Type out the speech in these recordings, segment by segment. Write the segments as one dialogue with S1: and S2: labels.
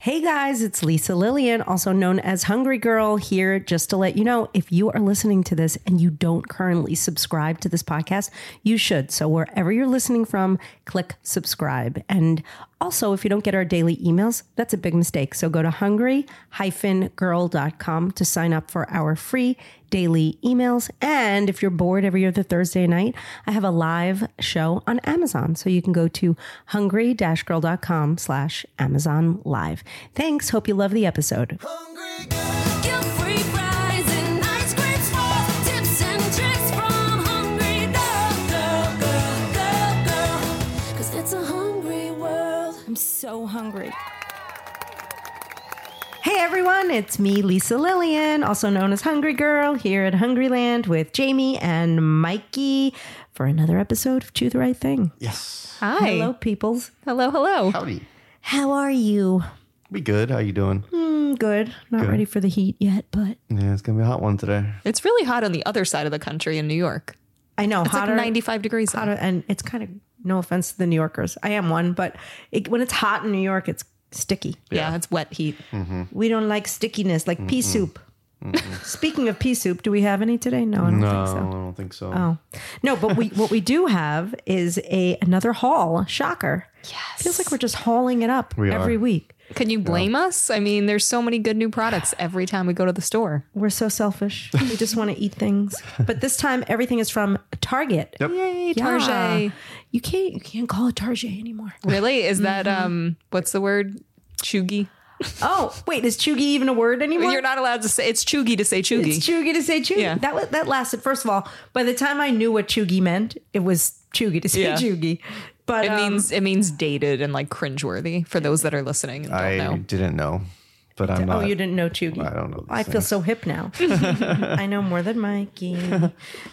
S1: Hey guys, it's Lisa Lillian, also known as Hungry Girl, here just to let you know if you are listening to this and you don't currently subscribe to this podcast, you should. So wherever you're listening from, click subscribe. And also, if you don't get our daily emails, that's a big mistake. So go to hungry-girl.com to sign up for our free daily emails. And if you're bored every other Thursday night, I have a live show on Amazon. So you can go to hungry-girl.com slash Amazon live. Thanks. Hope you love the episode.
S2: Guilt-free fries and ice cream swirls, tips and tricks from hungry girl, girl, girl, girl, girl. 'Cause it's a hungry world.
S1: I'm so hungry. Hey everyone, it's me, Lisa Lillian, also known as Hungry Girl, here at Hungryland with Jamie and Mikey for another episode of Do the Right Thing.
S3: Yes.
S4: Hi.
S1: Hello, peoples.
S4: Hello, hello.
S3: Howdy.
S1: How are you?
S3: Be good. How you doing?
S1: Mm, good. Not
S3: Good.
S1: ready for the heat yet, but
S3: Yeah, it's gonna be a hot one today.
S4: It's really hot on the other side of the country in New York.
S1: I know
S4: It's like 95 degrees. out.
S1: hotter, and it's kind of no offense to the New Yorkers. I am one, but it, when it's hot in New York, it's sticky.
S4: yeah. it's wet heat.
S1: We don't like stickiness, like pea soup. Speaking of pea soup, do we have any today? No, I don't
S3: No,
S1: think so.
S3: I don't think so.
S1: Oh no, but we what we do have is a another haul. Shocker!
S4: Yes.
S1: feels like we're just hauling it up
S3: We
S1: every
S3: are.
S1: week.
S4: Can you blame us? I mean, there's so many good new products every time we go to the store.
S1: We're so selfish. we just want to eat things. But this time, everything is from Target.
S3: Yep.
S4: Yay,
S1: Yeah.
S4: Target.
S1: You can't you can't call it Target anymore.
S4: Really? Is that um what's the word? Chugi.
S1: Oh wait, is Chugi even a word anymore?
S4: You're not allowed to say it's chugi to say chugi.
S1: It's Chugi to say Chugi.
S4: Yeah.
S1: That was, that lasted. First of all, by the time I knew what Chugi meant, it was Chugi to say
S4: Yeah.
S1: Chugi. But
S4: it
S1: um,
S4: means it means dated and like cringeworthy for those that are listening and don't
S3: I
S4: know.
S3: didn't know, but I'm
S1: Oh,
S3: not.
S1: you didn't know Chugi.
S3: I don't know these
S1: I feel so hip now. I know more than Mikey.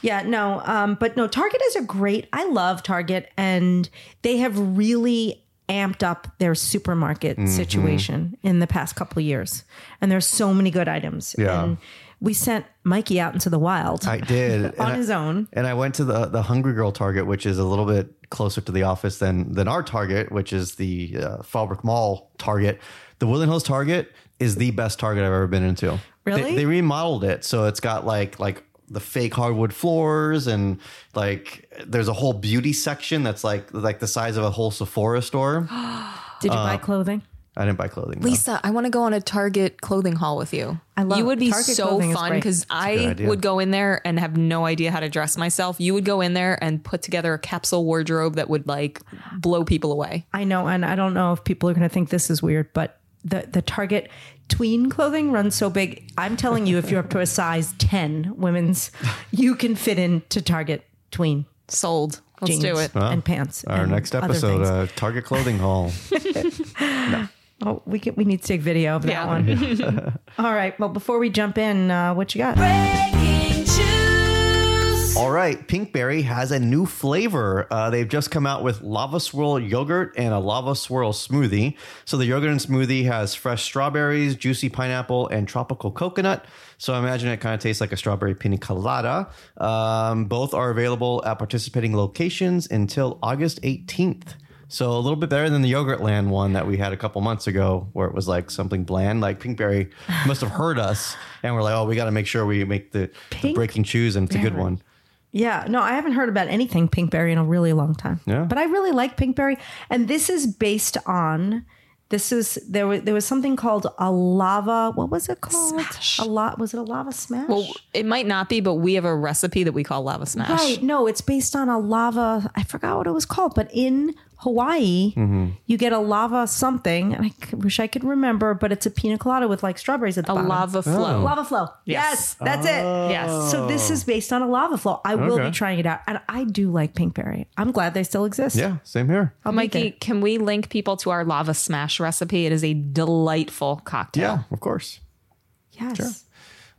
S1: Yeah, no, um, but no, Target is a great. I love Target, and they have really amped up their supermarket
S3: Mm-hmm.
S1: situation in the past couple of years. And there's so many good items.
S3: Yeah.
S1: And we sent Mikey out into the wild
S3: I did and
S1: on
S3: I-
S1: his own.
S3: And I went to the the Hungry Girl Target, which is a little bit closer to the office than than our Target, which is the uh, Fallbrook Mall Target. The Woodland Hills Target is the best Target I've ever been into. They-
S1: Really?
S3: They, remodeled it, so it's got like like the fake hardwood floors and like there's a whole beauty section that's like like the size of a whole Sephora store. I
S1: Did you buy
S3: Uh,
S1: clothing?
S3: didn't buy clothing. though.
S4: Lisa, I want to go on a Target clothing haul with you. I
S1: love
S4: you.
S1: it.
S4: Would be
S1: Target
S4: so
S1: clothing is
S4: fun
S1: great.
S4: because I
S3: idea.
S4: would go in there and have no idea how to dress myself. You would go in there and put together a capsule wardrobe that would like blow people away.
S1: I know, and I don't know if people are going to think this is weird, but the the Target tween clothing runs so big. I'm telling you, if you're up to a size ten women's, you can fit into Target tween
S4: Sold. Let's
S1: jeans
S4: do it.
S1: and pants.
S3: Our
S1: and
S3: next
S1: other
S3: episode,
S1: things.
S3: uh, Target Clothing Haul.
S1: oh, we get, we need to take video of that
S4: Yeah.
S1: one. All right. Well, before we jump in, uh, what you got?
S2: Breaking juice.
S3: All right, Pinkberry has a new flavor. Uh, they've just come out with lava swirl yogurt and a lava swirl smoothie. So the yogurt and smoothie has fresh strawberries, juicy pineapple, and tropical coconut. So I imagine it kind of tastes like a strawberry pina colada. Um, both are available at participating locations until August 18th. So a little bit better than the yogurt land one that we had a couple months ago, where it was like something bland. Like Pinkberry must have heard us, and we're like, oh, we got to make sure we make the, the breaking choose, and it's a good one.
S1: Yeah. No, I haven't heard about anything Pinkberry in a really long time.
S3: Yeah.
S1: But I really like Pinkberry, and this is based on. This is there. Was, there was something called a lava. What was it called?
S4: Smash.
S1: A lot. Was it a lava smash?
S4: Well, it might not be, but we have a recipe that we call lava smash.
S1: Right. No, it's based on a lava. I forgot what it was called, but in Hawaii,
S4: Mm-hmm.
S1: you get a lava something, and I c- wish I could remember, but it's a pina colada with like strawberries at the
S4: A
S1: bottom. Oh,
S4: lava
S3: Oh.
S4: flow.
S1: Lava flow. Yes,
S4: Yes.
S1: that's it.
S4: Yes.
S1: So this is based on a lava flow. I will be
S3: Okay.
S1: trying it out, and I do like pinkberry. I'm glad they still exist.
S3: Yeah, same here.
S1: I'll make
S4: Mikey,
S1: it.
S4: can we link people to our lava smash recipe? It is a delightful cocktail.
S3: of course.
S1: Yes.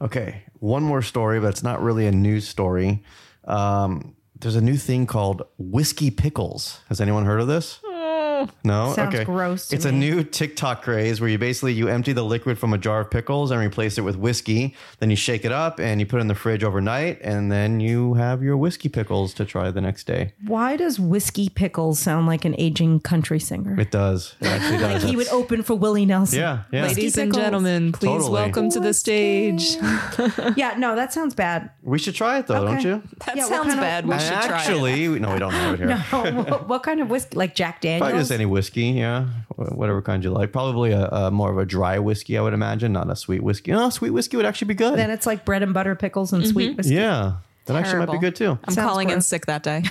S3: Okay, one more story, but it's not really a news story. Um, there's a new thing called whiskey pickles. Has anyone heard of this?
S4: No.
S3: No,
S1: Mm. Sounds
S3: okay.
S1: gross to
S3: it's a
S1: me.
S3: new TikTok craze where you basically you empty the liquid from a jar of pickles and replace it with whiskey. Then you shake it up and you put it in the fridge overnight, and then you have your whiskey pickles to try the next day.
S1: Why does Whiskey Pickles sound like an aging country singer?
S3: It does. It actually does.
S1: He would open for Willie Nelson.
S3: yeah, yeah.
S4: Ladies and
S1: pickles.
S4: gentlemen, please
S3: Totally.
S4: welcome to the stage.
S1: Yeah, no, that sounds bad.
S3: We should try it though, don't
S1: Okay.
S3: you?
S4: That
S1: Yeah, what
S4: sounds
S1: kind of-
S4: bad. We should try. it.
S3: actually, no, we don't have it here.
S1: Oh, what, what kind of whiskey? Like Jack
S3: Probably
S1: Daniels?
S3: just any whiskey, yeah, Wh- whatever kind you like. Probably a, a more of a dry whiskey, I would imagine, not a sweet whiskey. No, sweet whiskey would actually be good.
S1: Then it's like bread and butter pickles and
S4: Mm-hmm.
S1: sweet whiskey.
S3: yeah, that actually might be
S4: Terrible.
S3: good too.
S4: I'm
S1: Sounds
S4: calling in
S1: gross.
S4: sick that day.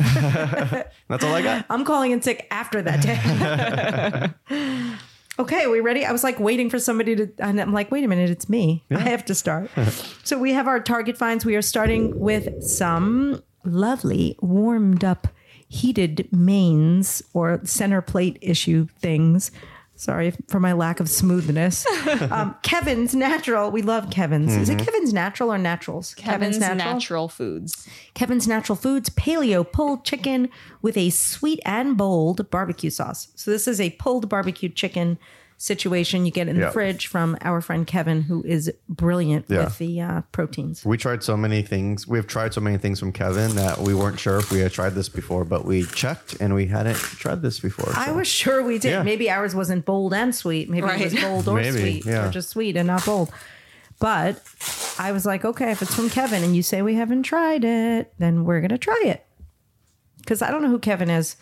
S3: That's all I got.
S1: I'm calling in sick after that day. okay, we ready? I was like waiting for somebody to, and I'm like, wait a minute, it's me. I have to start. so we have our target finds. We are starting with some lovely warmed up heated mains or center plate issue things. Sorry for my lack of smoothness. Um, Kevin's Natural. We love Kevin's. Is it Kevin's Natural or Naturals?
S4: Kevin's natural foods.
S1: Kevin's Natural Foods Paleo Pulled Chicken with a sweet and bold barbecue sauce. So this is a pulled barbecue chicken situation you get in
S3: Yeah.
S1: the fridge from our friend Kevin, who is brilliant
S3: Yeah.
S1: with the uh, proteins.
S3: We tried so many things. We've tried so many things from Kevin that we weren't sure if we had tried this before, but we checked and we hadn't tried this before.
S1: I
S3: so.
S1: was sure we did.
S3: Yeah.
S1: Maybe ours wasn't bold and sweet. Maybe it was
S4: Right.
S1: bold or
S3: Maybe,
S1: sweet,
S3: yeah.
S1: or just sweet and not bold. But I was like, okay, if it's from Kevin and you say we haven't tried it, then we're gonna try it. Because I don't know who Kevin is.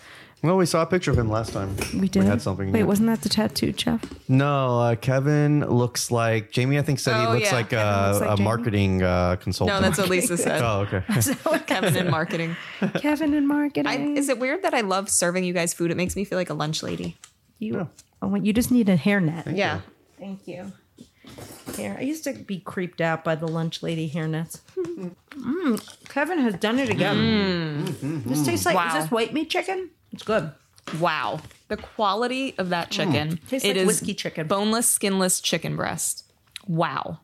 S3: Well, we saw a picture of him last time.
S1: We did.
S3: We had something.
S1: Wait, wasn't that the tattoo, Jeff?
S3: no, uh, Kevin looks like Jamie. I think said he
S4: Oh,
S3: looks
S4: yeah.
S3: like
S4: Kevin
S3: uh,
S1: looks like
S3: a
S1: Jamie.
S3: marketing uh,
S4: No,
S3: consultant.
S4: that's what Lisa said.
S3: oh, okay.
S4: Kevin in marketing.
S1: Kevin and marketing.
S4: I, is it weird that I love serving you guys food? It makes me feel like a lunch lady.
S1: You, oh, wait, you just need a hairnet.
S4: Yeah.
S1: Thank you. Here, I used to be creeped out by the lunch lady hairnets. mm, Kevin has done it again. This tastes like
S4: Wow.
S1: is this white meat chicken? It's good.
S4: Wow. The quality of that chicken.
S1: Tastes like
S4: It is
S1: whiskey chicken.
S4: Boneless, skinless chicken breast. Wow.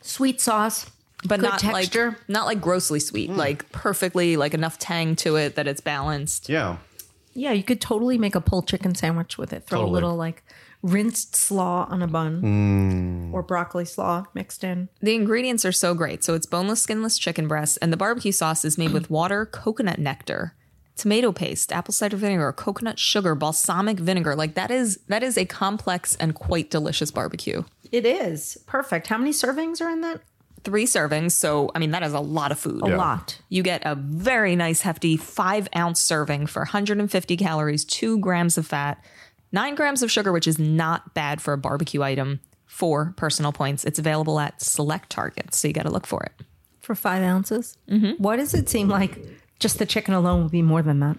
S1: Sweet sauce,
S4: But
S1: Good
S4: not
S1: texture.
S4: like not like grossly sweet. Like perfectly like enough tang to it that it's balanced.
S3: Yeah.
S1: Yeah, you could totally make a pulled chicken sandwich with it. Throw
S3: Totally.
S1: a little like rinsed slaw on a bun or broccoli slaw mixed in.
S4: The ingredients are so great. So it's boneless, skinless chicken breast, and the barbecue sauce is made with water, coconut nectar, tomato paste, apple cider vinegar, coconut sugar, balsamic vinegar. Like that is that is a complex and quite delicious barbecue.
S1: It is perfect. How many servings are in that?
S4: Three servings, so I mean that is a lot of food.
S1: A lot.
S4: You get a very nice, hefty five ounce serving for 150 calories, two grams of fat, nine grams of sugar, which is not bad for a barbecue item. Four personal points. It's available at select targets, so you got to look for it.
S1: for five ounces.
S4: Mm-hmm.
S1: Why does it seem like just the chicken alone would be more than that?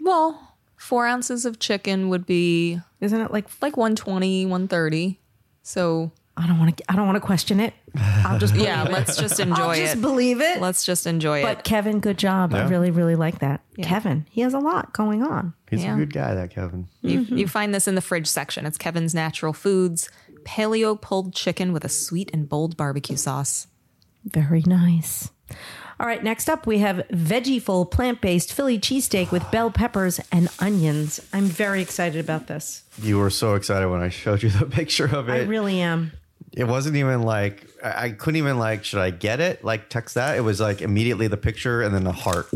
S4: Well, four ounces of chicken would be
S1: Isn't it like
S4: like 120, 130. So
S1: I don't want to? I don't want to question it. I'll just believe
S4: yeah,
S1: it.
S4: let's just enjoy
S1: I'll just
S4: it.
S1: believe it.
S4: let's just enjoy
S1: but
S4: it.
S1: Kevin, good job. I
S3: Yeah.
S1: really, really like that. Kevin, he has a lot going on.
S3: He's
S4: Yeah.
S3: a good guy, that Kevin.
S4: You, you find this in the fridge section. It's Kevin's Natural Foods paleo pulled chicken with a sweet and bold barbecue sauce.
S1: Very nice. All right, next up we have veggie full plant based Philly cheesesteak with bell peppers and onions. I'm very excited about this.
S3: You were so excited when I showed you the picture of it.
S1: I really am.
S3: it wasn't even like I I couldn't even like should I get it like text that it was like immediately the picture and then the heart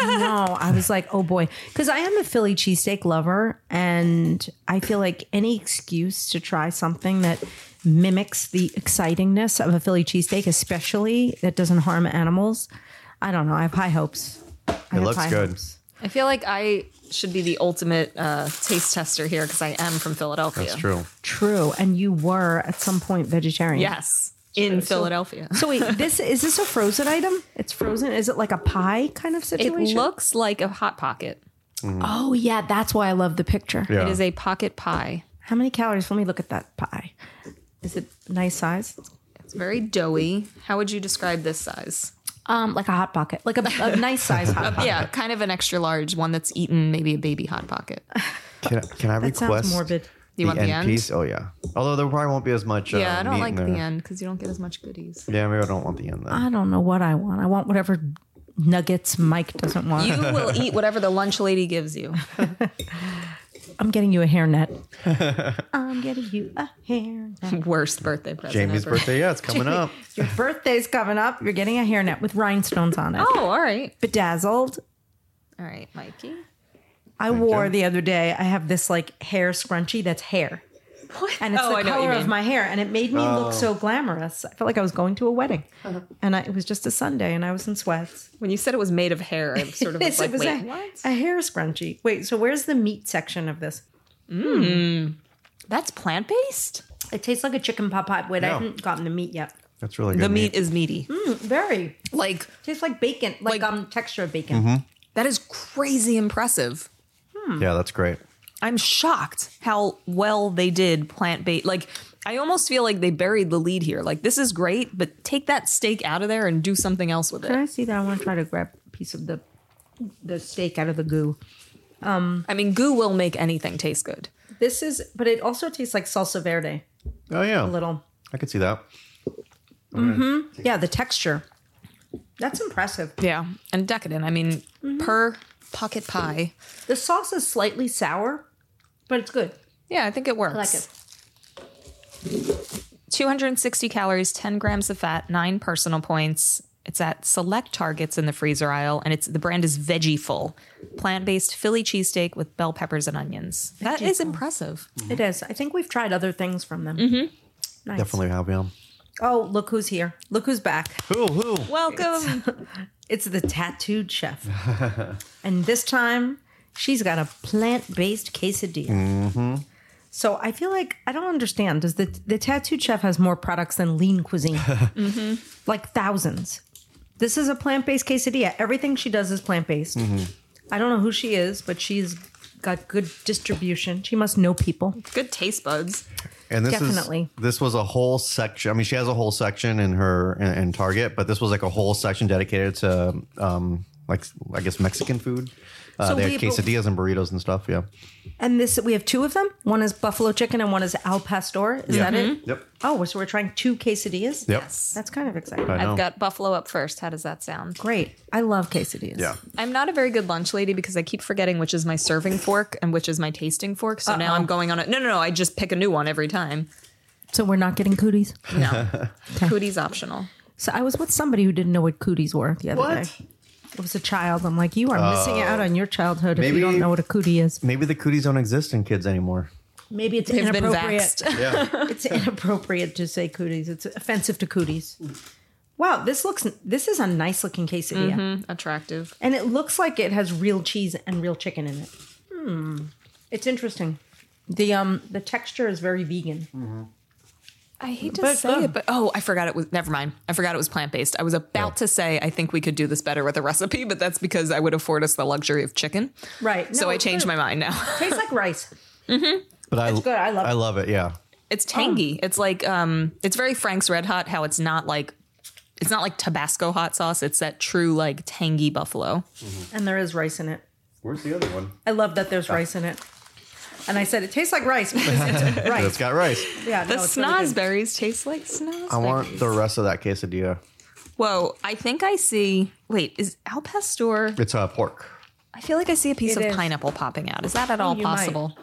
S1: no, I was like, oh boy, because I am a Philly cheesesteak lover, and I feel like any excuse to try something that mimics the excitingness of a Philly cheesesteak, especially that doesn't harm animals. I don't know. I have high hopes. I have
S3: looks
S1: high
S3: good.
S1: hopes.
S4: I feel like I should be the ultimate uh, taste tester here because I am from Philadelphia.
S3: it's true
S1: True, and you were at some point vegetarian.
S4: Yes, in Philadelphia.
S1: So wait, this is this a frozen item? It's frozen. Is it like a pie kind of
S4: It
S1: situation?
S4: looks like a hot pocket.
S1: oh yeah, that's why I love the picture.
S3: yeah
S4: It is a pocket pie.
S1: How many calories? Let me look at that pie. Is it nice size?
S4: It's very doughy. How would you describe this size?
S1: Um, like a hot pocket, like a, a nice size hot pocket.
S4: Yeah, kind of an extra large one that's eaten, maybe a baby hot pocket.
S3: can, I- can I
S1: That sounds
S3: request
S1: morbid.
S4: You want the end?
S3: piece oh yeah although there probably won't be as much uh,
S4: Yeah, I don't
S3: meat
S4: like
S3: in
S4: the
S3: there.
S4: end Ah, because you don't get as much goodies.
S3: yeah maybe I don't want the end then
S1: I don't know what I want. I want whatever nuggets Mike doesn't want.
S4: You will eat whatever the lunch lady gives you.
S1: I'm getting you a hairnet. I'm getting you a hairnet.
S4: Worst birthday present.
S3: Jamie's
S4: ever.
S3: birthday. Yeah, it's coming up.
S1: Your birthday's coming up. You're getting a hairnet with rhinestones on it.
S4: Oh, all right.
S1: Bedazzled.
S4: All right, Mikey.
S1: I wore the other day. I have this like hair scrunchie that's hair,
S4: What?
S1: and it's
S4: oh, I
S1: the
S4: know what
S1: color
S4: you
S1: of
S4: mean. Oh.
S1: my hair, and it made me look so glamorous. I felt like I was going to a wedding,
S4: Uh-huh.
S1: and I, it was just a Sunday, and I was in sweats.
S4: When you said it was made of hair, I sort of was
S1: Yes,
S4: like,
S1: it was
S4: wait,
S1: a,
S4: what?
S1: a hair scrunchie. Wait, so where's the meat section of this?
S4: That's plant based?
S1: It tastes like a chicken pot pie, but I
S3: Yeah.
S1: haven't gotten the meat yet.
S3: That's really good.
S4: The meat is meaty.
S1: Very
S4: Hmm? Like,
S1: tastes like bacon, like,
S4: Like-
S1: um texture of bacon.
S3: Mm-hmm.
S4: that is crazy impressive.
S3: Yeah, that's great.
S4: I'm shocked how well they did plant based. Like, I almost feel like they buried the lead here. Like, this is great, but take that steak out of there and do something else with
S1: Can
S4: it.
S1: I see that? I want to try to grab a piece of the the steak out of the goo.
S4: I mean, goo will make anything taste good.
S1: This is, but it also tastes like salsa verde.
S3: Oh yeah,
S1: A little,
S3: I could see that.
S1: yeah. The texture. That's impressive.
S4: Yeah. And decadent. I mean, per pocket pie.
S1: The sauce is slightly sour, but it's good.
S4: Yeah, I think it works.
S1: I like it.
S4: 260 calories, 10 grams of fat, nine personal points. It's at select targets in the freezer aisle, and it's the brand is Veggie Full, plant-based Philly cheesesteak with bell peppers and onions. That is impressive.
S1: It is. I think we've tried other things from them. Nice.
S3: Definitely have yeah.
S1: Oh, look who's here. Look who's back.
S3: Who who?
S4: Welcome.
S1: It's the tattooed chef. and this time, she's got a plant based quesadilla.
S3: Mm-hmm.
S1: So I feel like I don't understand. Does the the tattooed chef has more products than Lean Cuisine? Like thousands. This is a plant based quesadilla. Everything she does is plant based.
S3: Mm-hmm.
S1: I don't know who she is, but she's got good distribution. She must know people.
S4: Good taste buds.
S3: And this
S1: Definitely.
S3: is this was a whole section. I mean, she has a whole section in her in, in Target, but this was like a whole section dedicated to um like I guess Mexican food. Uh,
S1: So
S3: they
S1: we-
S3: had quesadillas and burritos and stuff. Yeah.
S1: And this we have two of them. One is buffalo chicken and one is al pastor. Is that it?
S3: Mm-hmm. Yep.
S1: Oh, so we're trying two quesadillas.
S3: Yep.
S1: That's kind of exciting.
S3: I know.
S4: I've got buffalo up first. How does that sound?
S1: Great. I love quesadillas.
S3: yeah.
S4: I'm not a very good lunch lady because I keep forgetting which is my serving fork and which is my tasting fork. So now I'm going on it. No, no, no. I just pick a new one every time.
S1: So we're not getting cooties.
S4: No. Cootie's optional.
S1: So I was with somebody who didn't know what cooties were the other
S3: What?
S1: day. It was a child. I'm like, you are missing out on your childhood if
S3: Uh, Maybe-
S1: you don't know what a cootie is.
S3: Maybe the cooties don't exist in kids anymore.
S1: Maybe it's
S4: They've been
S1: inappropriate.
S4: vaxxed.
S3: Yeah.
S1: it's inappropriate to say cooties. It's offensive to cooties. Wow, this looks. This is a nice looking quesadilla,
S4: Attractive.
S1: and it looks like it has real cheese and real chicken in it. Hmm, it's interesting. The um the texture is very vegan.
S4: I hate to
S1: But,
S4: say
S1: um,
S4: it, but oh, I forgot it was. Never mind. I forgot it was plant based. I was about to say I think we could do this better with a recipe, but that's because I would afford us the luxury of chicken.
S1: Right.
S4: so
S1: No,
S4: I
S1: it's
S4: changed
S1: good.
S4: my mind now.
S1: Tastes like rice.
S3: But I,
S1: good. I love
S3: I
S1: it.
S3: love it. Yeah.
S4: it's
S1: Oh.
S4: tangy. it's like um, it's very Frank's Red Hot. How it's not like, it's not like Tabasco hot sauce. It's that true like tangy buffalo.
S1: And there is rice in it.
S3: Where's the other one?
S1: I love that there's rice in it. And I said it tastes like rice because it's rice.
S3: It's got rice.
S1: Yeah,
S4: The
S1: no, it's really good.
S4: snozberries taste like snozberries.
S3: I want the rest of that quesadilla.
S4: Whoa, I think I see. Wait, is al pastor?
S3: It's uh, pork.
S4: I feel like I see a piece
S1: It
S4: of
S1: is.
S4: pineapple popping out. Is that at all
S1: you might.
S4: possible?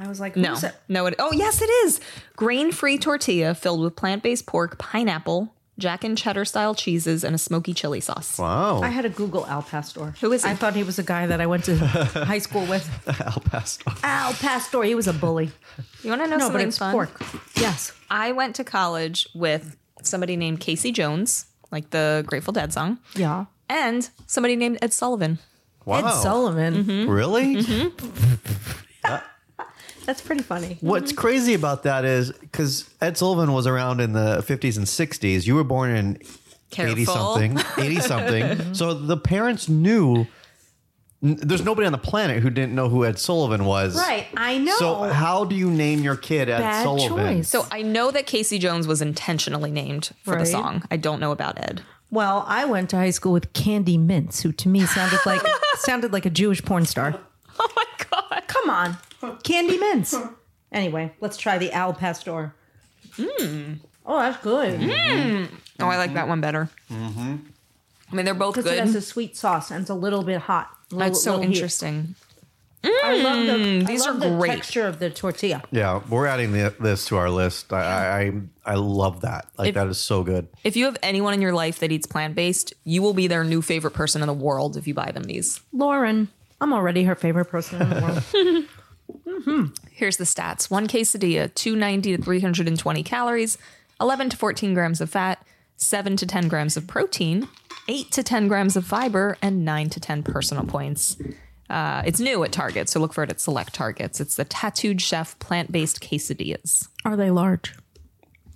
S1: I was like,
S4: No,
S1: who's it?
S4: no. It, oh, yes, it is. Grain-free tortilla filled with plant-based pork, pineapple, jack and cheddar-style cheeses, and a smoky chili sauce.
S3: Wow.
S1: I had a Google Al Pastor.
S4: Who is he?
S1: I thought he was a guy that I went to high school with.
S3: Al pastor.
S1: Al Pastor. He was a bully.
S4: You want to know
S1: No, but
S4: something
S1: it's
S4: fun?
S1: pork. Yes.
S4: I went to college with somebody named Casey Jones, like the Grateful Dead song,
S1: Yeah.
S4: and somebody named Ed Sullivan.
S3: Wow.
S1: Ed Sullivan.
S4: Mm-hmm.
S3: Really?
S1: Mm-hmm. That's pretty funny.
S3: What's crazy about that is because Ed Sullivan was around in the 50s and 60s. You were born in 80 something, 80 something. so the parents knew. n- There's nobody on the planet who didn't know who Ed Sullivan was.
S1: Right. I know.
S3: So how do you name your kid Ed
S1: Bad
S3: Sullivan?
S1: choice.
S4: So I know that Casey Jones was intentionally named for the
S1: Right.
S4: song. I don't know about Ed.
S1: well, I went to high school with Candy Mintz, who to me sounded like sounded like a Jewish porn star.
S4: Oh my god.
S1: Come on. Candy mints. Anyway, let's try the Al Pastor.
S4: Mm.
S1: Oh, that's good.
S4: Oh, I like that one better. Mm-hmm. I mean, they're both
S1: Because it has
S4: good.
S1: a sweet sauce and it's a little bit hot. Little-
S4: That's so
S1: little heat.
S4: interesting.
S1: I love the,
S4: these
S1: I love
S4: are
S1: the
S4: great.
S1: texture of the tortilla.
S3: Yeah, we're adding the, this to our list. I I, I love that. Like that is so good.
S4: If you have anyone in your life that eats plant based, you will be their new favorite person in the world if you buy them these.
S1: Lauren, I'm already her favorite person in the world.
S4: Here's the stats one quesadilla, 290 to 320 calories, 11 to 14 grams of fat, 7 to 10 grams of protein, 8 to 10 grams of fiber, and 9 to 10 personal points. Uh, it's new at Target, so look for it at select Targets. It's the Tattooed Chef plant based quesadillas.
S1: Are they large?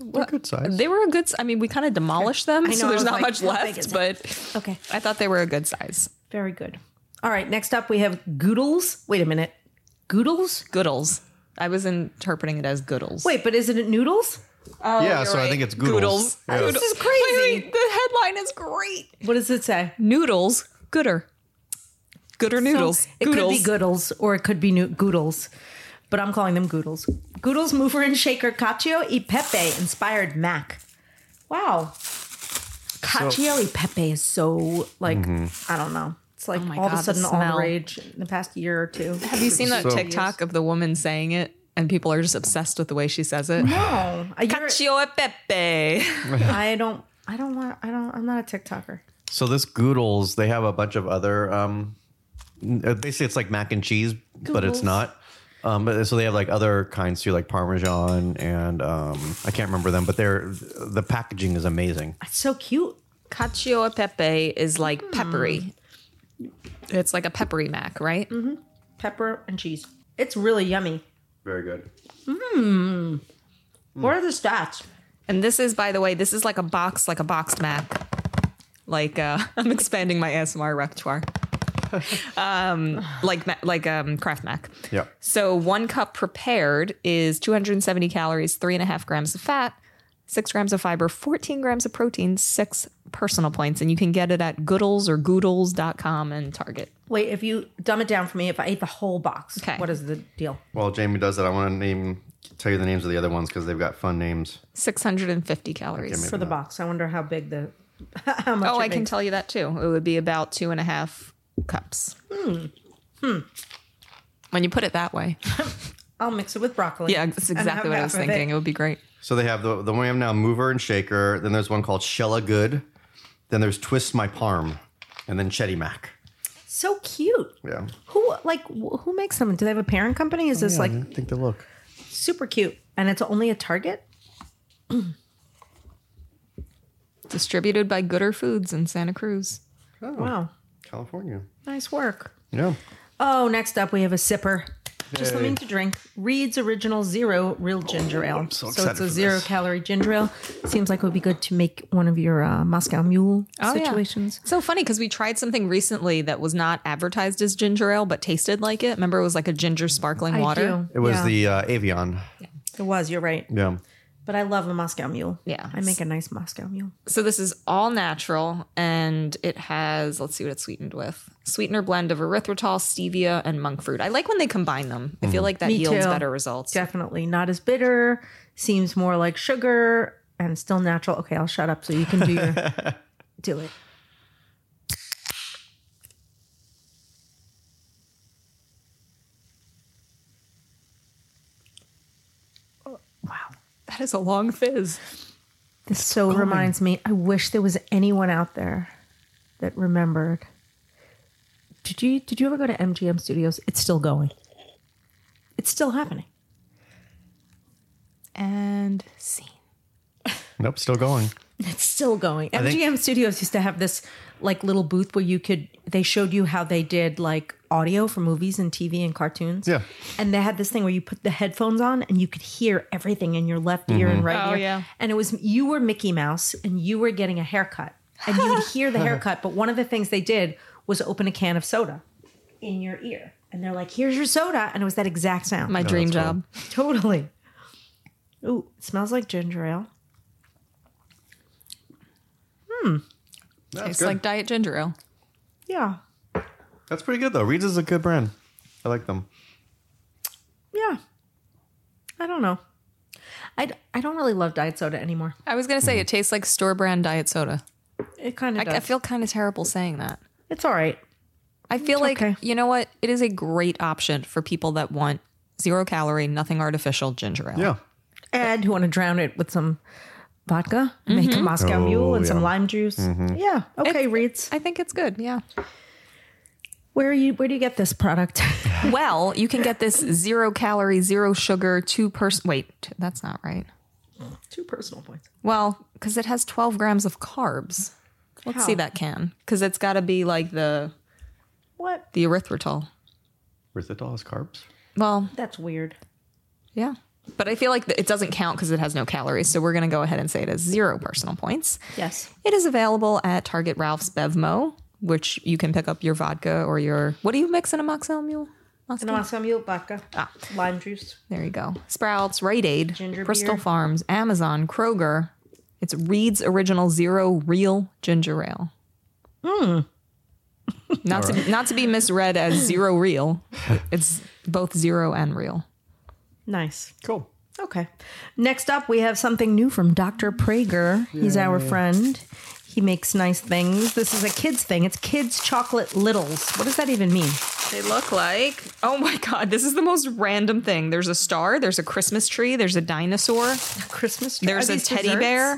S3: They're good size.
S4: They were a good, s- I mean, we kind of demolished them,
S1: know,
S4: so
S1: I
S4: there's
S1: was like,
S4: not much
S1: how big is
S4: left,
S1: it?
S4: but
S1: Okay.
S4: I thought they were a good size.
S1: Very good. All right, next up we have Goodles. Wait a minute. Goodles?
S4: Goodles. I was interpreting it as goodles.
S1: Wait, but isn't it noodles?
S3: yeah,
S4: You're
S3: so I
S4: right.
S3: think it's Goodles. Yeah.
S1: This is crazy.
S4: Wait, wait, the headline is great.
S1: What does it say?
S4: Noodles, gooder. Gooder noodles.
S1: It could
S4: Goodles.
S1: be Goodles or it could be no- Goodles, but I'm calling them Goodles. Goodles mover and shaker cacio e pepe inspired mac. Wow. Cacio e pepe is so like I don't know. It's like
S4: Oh my
S1: all of a
S4: God, the
S1: sudden all the
S4: smell.
S1: rage in the past year or two.
S4: Have you seen that
S3: So-
S4: TikTok of the woman saying it? And people are just obsessed with the way she says it.
S1: No, a year-
S4: Cacio e pepe.
S1: I don't. I don't want. I don't. I'm not a TikToker.
S3: So this Goodles, they have a bunch of other. Um, uh, basically, it's like mac and cheese, but it's
S1: Goodles.
S3: not. Um, but so they have like other kinds too, like Parmesan and um, I can't remember them, but they're the packaging is amazing.
S1: It's so cute.
S4: Cacio e pepe is like peppery. It's like a peppery mac, right?
S1: Pepper and cheese. It's really yummy.
S3: Very good.
S1: What are the stats?
S4: And this is, by the way, this is like a box, like a boxed mac. Like uh, I'm expanding my ASMR repertoire. um, like ma- like um, Kraft Mac.
S3: Yeah.
S4: So one cup prepared is 270 calories, three and a half grams of fat, six grams of fiber, 14 grams of protein, six personal points, and you can get it at Goodles or Goodles.com and Target.
S1: Wait, if you dumb it down for me, if I ate the whole box,
S4: Okay.
S1: what is the deal?
S3: Well, Jamie does that. I want to name tell you the names of the other ones because they've got fun names.
S4: 650 calories.
S1: for the box. I wonder how big the how much.
S4: oh,
S1: it
S4: I can
S1: makes.
S4: tell you that too. It would be about two and a half cups. Hmm. When you put it that way.
S1: I'll mix it with broccoli.
S4: Yeah, that's
S1: and have
S4: exactly what I
S1: half
S4: was
S1: of it.
S4: thinking. It. would be great.
S3: So they have the the one we have now, Mover and Shaker. Then there's one called Shella Good. Then there's Twist My Parm, and then Chetty Mac.
S1: So cute.
S3: Yeah,
S1: Who like wh- who makes them? Do they have a parent company? Is this like
S3: I think they look.
S1: super cute? And it's only a Target.
S4: Distributed by Gooder Foods in Santa Cruz.
S3: Oh,
S1: Wow,
S3: California.
S1: nice work.
S3: Yeah.
S1: Oh, next up we have a sipper. Just something to drink. Reed's Original Zero Real Ginger
S4: Oh,
S1: Ale.
S3: so excited
S1: it's a
S3: for
S1: zero
S3: this.
S1: calorie ginger ale. Seems like it would be good to make one of your uh, Moscow Mule
S4: Oh,
S1: situations.
S4: So funny because we tried something recently that was not advertised as ginger ale, but tasted like it. Remember, it was like a ginger sparkling
S1: I
S4: water.
S1: do.
S3: It was
S1: Yeah.
S3: the uh, Avion.
S1: It was. You're right.
S3: Yeah.
S1: But I love a Moscow Mule.
S4: Yeah.
S1: I make a nice Moscow Mule.
S4: So this is all natural, and it has let's see what it's sweetened with: sweetener blend of erythritol, stevia, and monk fruit. I like when they combine them. I feel like that
S1: Me
S4: yields
S1: too.
S4: better results.
S1: Definitely not as bitter. Seems more like sugar and still natural. Okay, I'll shut up so you can do your do it.
S4: That is a long fizz.
S1: This so reminds me. I wish there was anyone out there that remembered. Did you did you ever go to MGM Studios? It's still going. It's still happening.
S4: And scene.
S3: Nope, still going.
S1: It's still going. MGM
S3: think-
S1: Studios used to have this like little booth where you could they showed you how they did like audio for movies and TV and cartoons.
S3: Yeah.
S1: And they had this thing where you put the headphones on and you could hear everything in your left ear
S3: Mm-hmm.
S1: and right
S4: Oh,
S1: ear.
S4: yeah.
S1: And it was you were Mickey Mouse and you were getting a haircut. And you would hear the haircut, but one of the things they did was open a can of soda in your ear. And they're like, "Here's your soda." And it was that exact sound.
S4: My dream
S3: that's cool.
S4: job.
S1: totally. Ooh, it smells like ginger ale.
S3: That's
S4: It's
S3: good.
S4: like diet ginger ale.
S1: Yeah.
S3: That's pretty good though. Reed's is a good brand. I like them.
S1: Yeah. I don't know. I, d- I don't really love diet soda anymore.
S4: I was gonna say it tastes like store brand diet soda.
S1: It kind of
S4: I,
S1: does.
S4: I feel kind of terrible saying that.
S1: it's all right.
S4: I feel like,
S1: okay.
S4: you know what? It is a great option for people that want zero calorie, nothing artificial ginger ale.
S3: Yeah.
S1: And you want to drown it with some vodka, make a Moscow Mule, and some
S3: yeah.
S1: lime juice. Mm-hmm. Yeah. Okay, Reeds.
S4: I think it's good. Yeah.
S1: Where are you? Where do you get this product?
S4: Well, you can get this zero calorie, zero sugar, two person. Wait, t- that's not right.
S1: Two personal points.
S4: Well, because it has 12 grams of carbs. Let's see that can. Because it's got to be like the
S1: What?
S4: the erythritol.
S3: Erythritol has carbs.
S4: Well,
S1: That's weird.
S4: yeah. But I feel like th- it doesn't count because it has no calories. So we're going to go ahead and say it has zero personal points.
S1: Yes.
S4: It is available at Target Ralph's Bevmo, which you can pick up your vodka or your. What do you mix in a Moxel Mule?
S1: And a Moscow Mule, vodka, lime juice.
S4: There you go. Sprouts, Rite Aid,
S1: Ginger
S4: Bristol
S1: beer.
S4: Farms, Amazon, Kroger. It's Reed's Original Zero Real Ginger Ale.
S1: Hmm.
S4: Not to not to be misread as zero real. It's both zero and real.
S1: Nice.
S3: Cool.
S1: Okay. Next up, we have something new from Dr. Prager. He's our friend. He makes nice things. This is a kids thing. It's kids chocolate littles. What does that even mean?
S4: They look like oh my god! This is the most random thing. There's a star. There's a Christmas tree. There's a dinosaur.
S1: Christmas. tree-
S4: There's
S1: are
S4: a
S1: these
S4: teddy
S1: desserts?
S4: bear.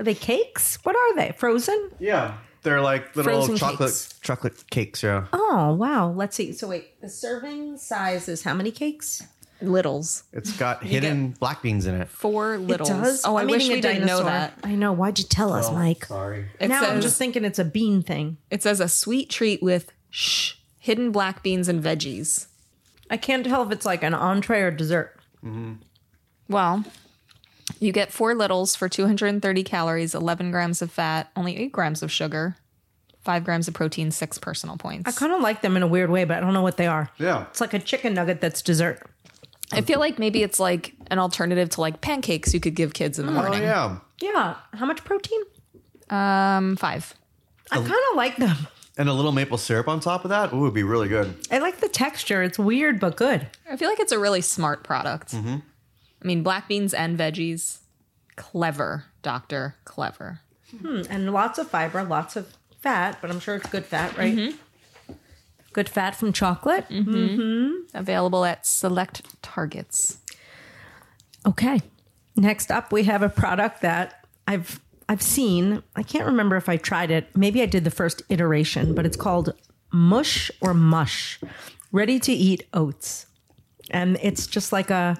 S1: Are they cakes? What are they? Frozen?
S3: Yeah. They're like little
S4: Frozen
S3: chocolate
S4: cakes.
S3: chocolate cakes. Yeah.
S1: Oh wow. Let's see. So wait, the serving size is how many cakes?
S4: Littles.
S3: It's got hidden black beans in it.
S4: Four littles. Oh, I
S1: I'm
S4: wish
S1: eating
S4: we
S1: a
S4: didn't know
S1: dinosaur.
S4: that.
S1: I know. Why'd you tell us, Mike?
S3: Oh, Sorry.
S4: It
S1: now I'm
S4: says-
S1: just thinking it's a bean thing.
S4: It says a sweet treat with shh, hidden black beans and veggies.
S1: I can't tell if it's like an entree or dessert.
S4: Well, you get four littles for 230 calories, 11 grams of fat, only eight grams of sugar, five grams of protein, six personal
S1: I
S4: points.
S1: kind of like them in a weird way, but I don't know what they are.
S3: Yeah.
S1: It's like a chicken nugget that's dessert.
S4: I feel like maybe it's like an alternative to like pancakes you could give kids in the
S3: Oh
S4: morning.
S3: yeah.
S1: Yeah. How much protein?
S4: Um, five.
S1: I kind of like them.
S3: And a little maple syrup on top of that. Ooh, it'd be really good.
S1: I like the texture. It's weird but good.
S4: I feel like it's a really smart product.
S3: Mm-hmm.
S4: I mean, black beans and veggies. Clever, doctor. Clever.
S1: And lots of fiber, lots of fat, but I'm sure it's good fat, right? Mm-hmm. Good fat from chocolate.
S4: Available at select targets.
S1: Okay. Next up, we have a product that I've I've seen. I can't remember if I tried it. Maybe I did the first iteration, but it's called Mush or Mush, ready to eat oats, and it's just like a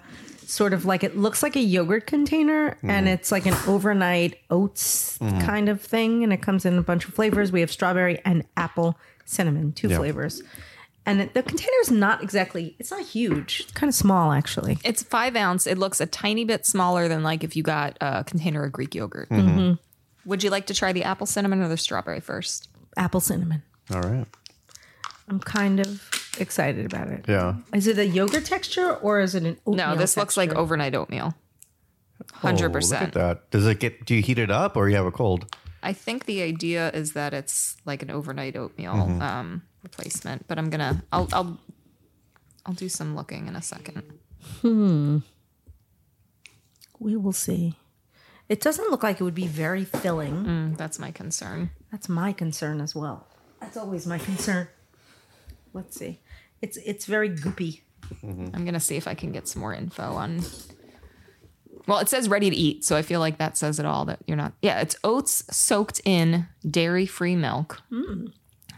S1: sort of like it looks like a yogurt container, and it's like an overnight oats kind of thing, and it comes in a bunch of flavors. We have strawberry and apple, cinnamon, two flavors. And it- the container is not exactly, it's not huge. It's kind of small, actually.
S4: It's five ounce. It looks a tiny bit smaller than like if you got a container of Greek yogurt.
S3: Mm-hmm.
S4: Would you like to try the apple cinnamon or the strawberry first?
S1: Apple cinnamon.
S3: All right.
S1: I'm kind of excited about it. Is
S3: Yeah.
S1: it a yogurt texture or is it an
S4: No,
S1: oatmeal?
S4: this looks like
S1: texture?
S4: overnight oatmeal.
S3: Oh,
S4: Hundred
S3: look at
S4: percent.
S3: that. Does it get? Do you heat it up or you have a cold?
S4: I think the idea is that it's like an overnight oatmeal
S3: Mm-hmm.
S4: um, replacement. But I'm gonna, I'll, I'll, I'll do some looking in a second.
S1: we will see. It doesn't look like it would be very filling.
S4: Mm, That's my concern.
S1: That's my concern as well. That's always my concern. Let's see. It's it's very goopy.
S4: I'm gonna see if I can get some more info on. Well, it says ready to eat, so I feel like that says it all. That you're not. Yeah, it's oats soaked in dairy-free milk,
S1: Hmm.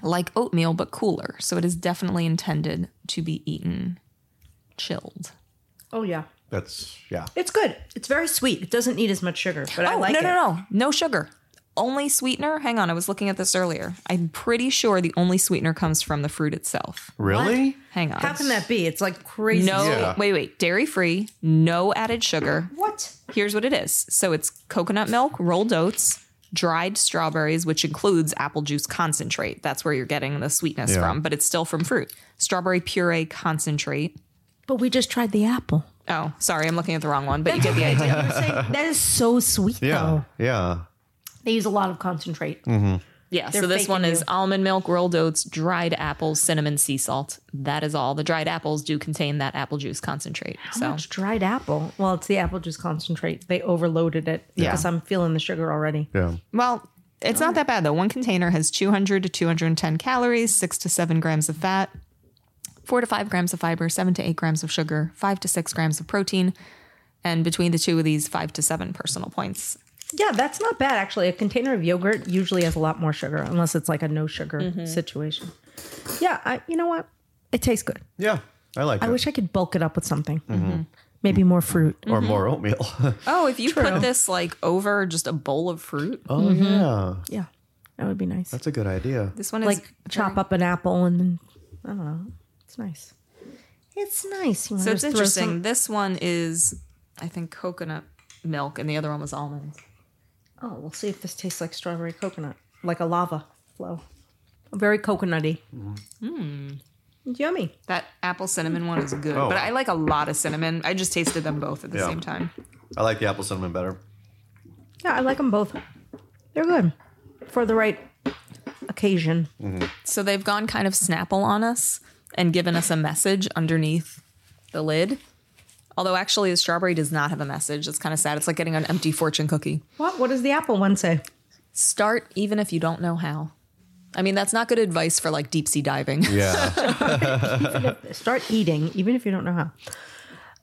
S4: like oatmeal but cooler. So it is definitely intended to be eaten chilled.
S1: Oh yeah.
S3: That's yeah.
S1: It's good. It's very sweet. It doesn't need as much sugar, but I
S4: oh
S1: like
S4: no
S1: it.
S4: no no no sugar, only sweetener. Hang on, I was looking at this earlier. I'm pretty sure the only sweetener comes from the fruit itself.
S3: Really?
S4: Hang on.
S1: How can that be? It's like crazy.
S4: no,
S3: Yeah.
S4: wait, wait. Dairy free, no added sugar,
S1: What?
S4: Here's what it is. So it's coconut milk, rolled oats, dried strawberries, which includes apple juice concentrate. That's where you're getting the sweetness
S3: Yeah.
S4: from, but it's still from fruit. Strawberry puree concentrate.
S1: But we just tried the apple.
S4: Oh, sorry, I'm looking at the wrong one, but you get the idea.
S1: You're saying- that is so sweet
S3: Yeah.
S4: Oh.
S1: though.
S3: Yeah.
S1: They use a lot of concentrate.
S4: Yeah, so
S1: They're
S4: this one
S1: faking
S4: is
S1: you.
S4: almond milk, rolled oats, dried apples, cinnamon, sea salt. That is all. The dried apples do contain that apple juice concentrate. so
S1: much dried apple. Well, it's the apple juice concentrate. They overloaded it because I'm feeling the sugar already.
S3: Yeah.
S4: Well, It's
S1: Oh.
S4: not that bad though. One container has 200 to 210 calories, six to seven grams of fat, four to five grams of fiber, seven to eight grams of sugar, five to six grams of protein, and between the two of these, five to seven personal points.
S1: Yeah, that's not bad actually. A container of yogurt usually has a lot more sugar, unless it's like a no sugar
S4: Mm-hmm.
S1: situation. Yeah, I, you know what? It tastes good.
S3: Yeah, I like
S1: I
S3: it.
S1: wish I could bulk it up with something.
S4: Mm-hmm.
S1: Mm-hmm. Maybe more fruit.
S3: or more oatmeal. oh,
S4: Oh, if you put this like over just a bowl of fruit,
S1: Oh.
S3: yeah.
S1: Yeah, that would be nice.
S3: That's a good idea.
S4: this one is
S1: like chop up an apple and then I don't know. It's nice. It's nice. You wanna
S4: So it's
S1: just throw some-
S4: interesting. This one is, I think, coconut milk, and the other one was almonds.
S1: Oh, we'll see if this tastes like strawberry coconut, like a lava flow. Very coconutty.
S4: Mm.
S1: It's Yummy.
S4: That apple cinnamon one is good,
S3: Oh.
S4: but I like a lot of cinnamon. I just tasted them both at the
S3: Yeah.
S4: same time.
S3: I like the apple cinnamon better.
S1: Yeah, I like them both. They're good for the right occasion.
S4: So they've gone kind of Snapple on us and given us a message underneath the lid. Although actually, the strawberry does not have a message. It's kind of sad. It's like getting an empty fortune cookie.
S1: What? What does the apple one say?
S4: Start even if you don't know how. I mean, that's not good advice for like deep sea diving.
S3: Yeah.
S1: Start eating, even if you don't know how.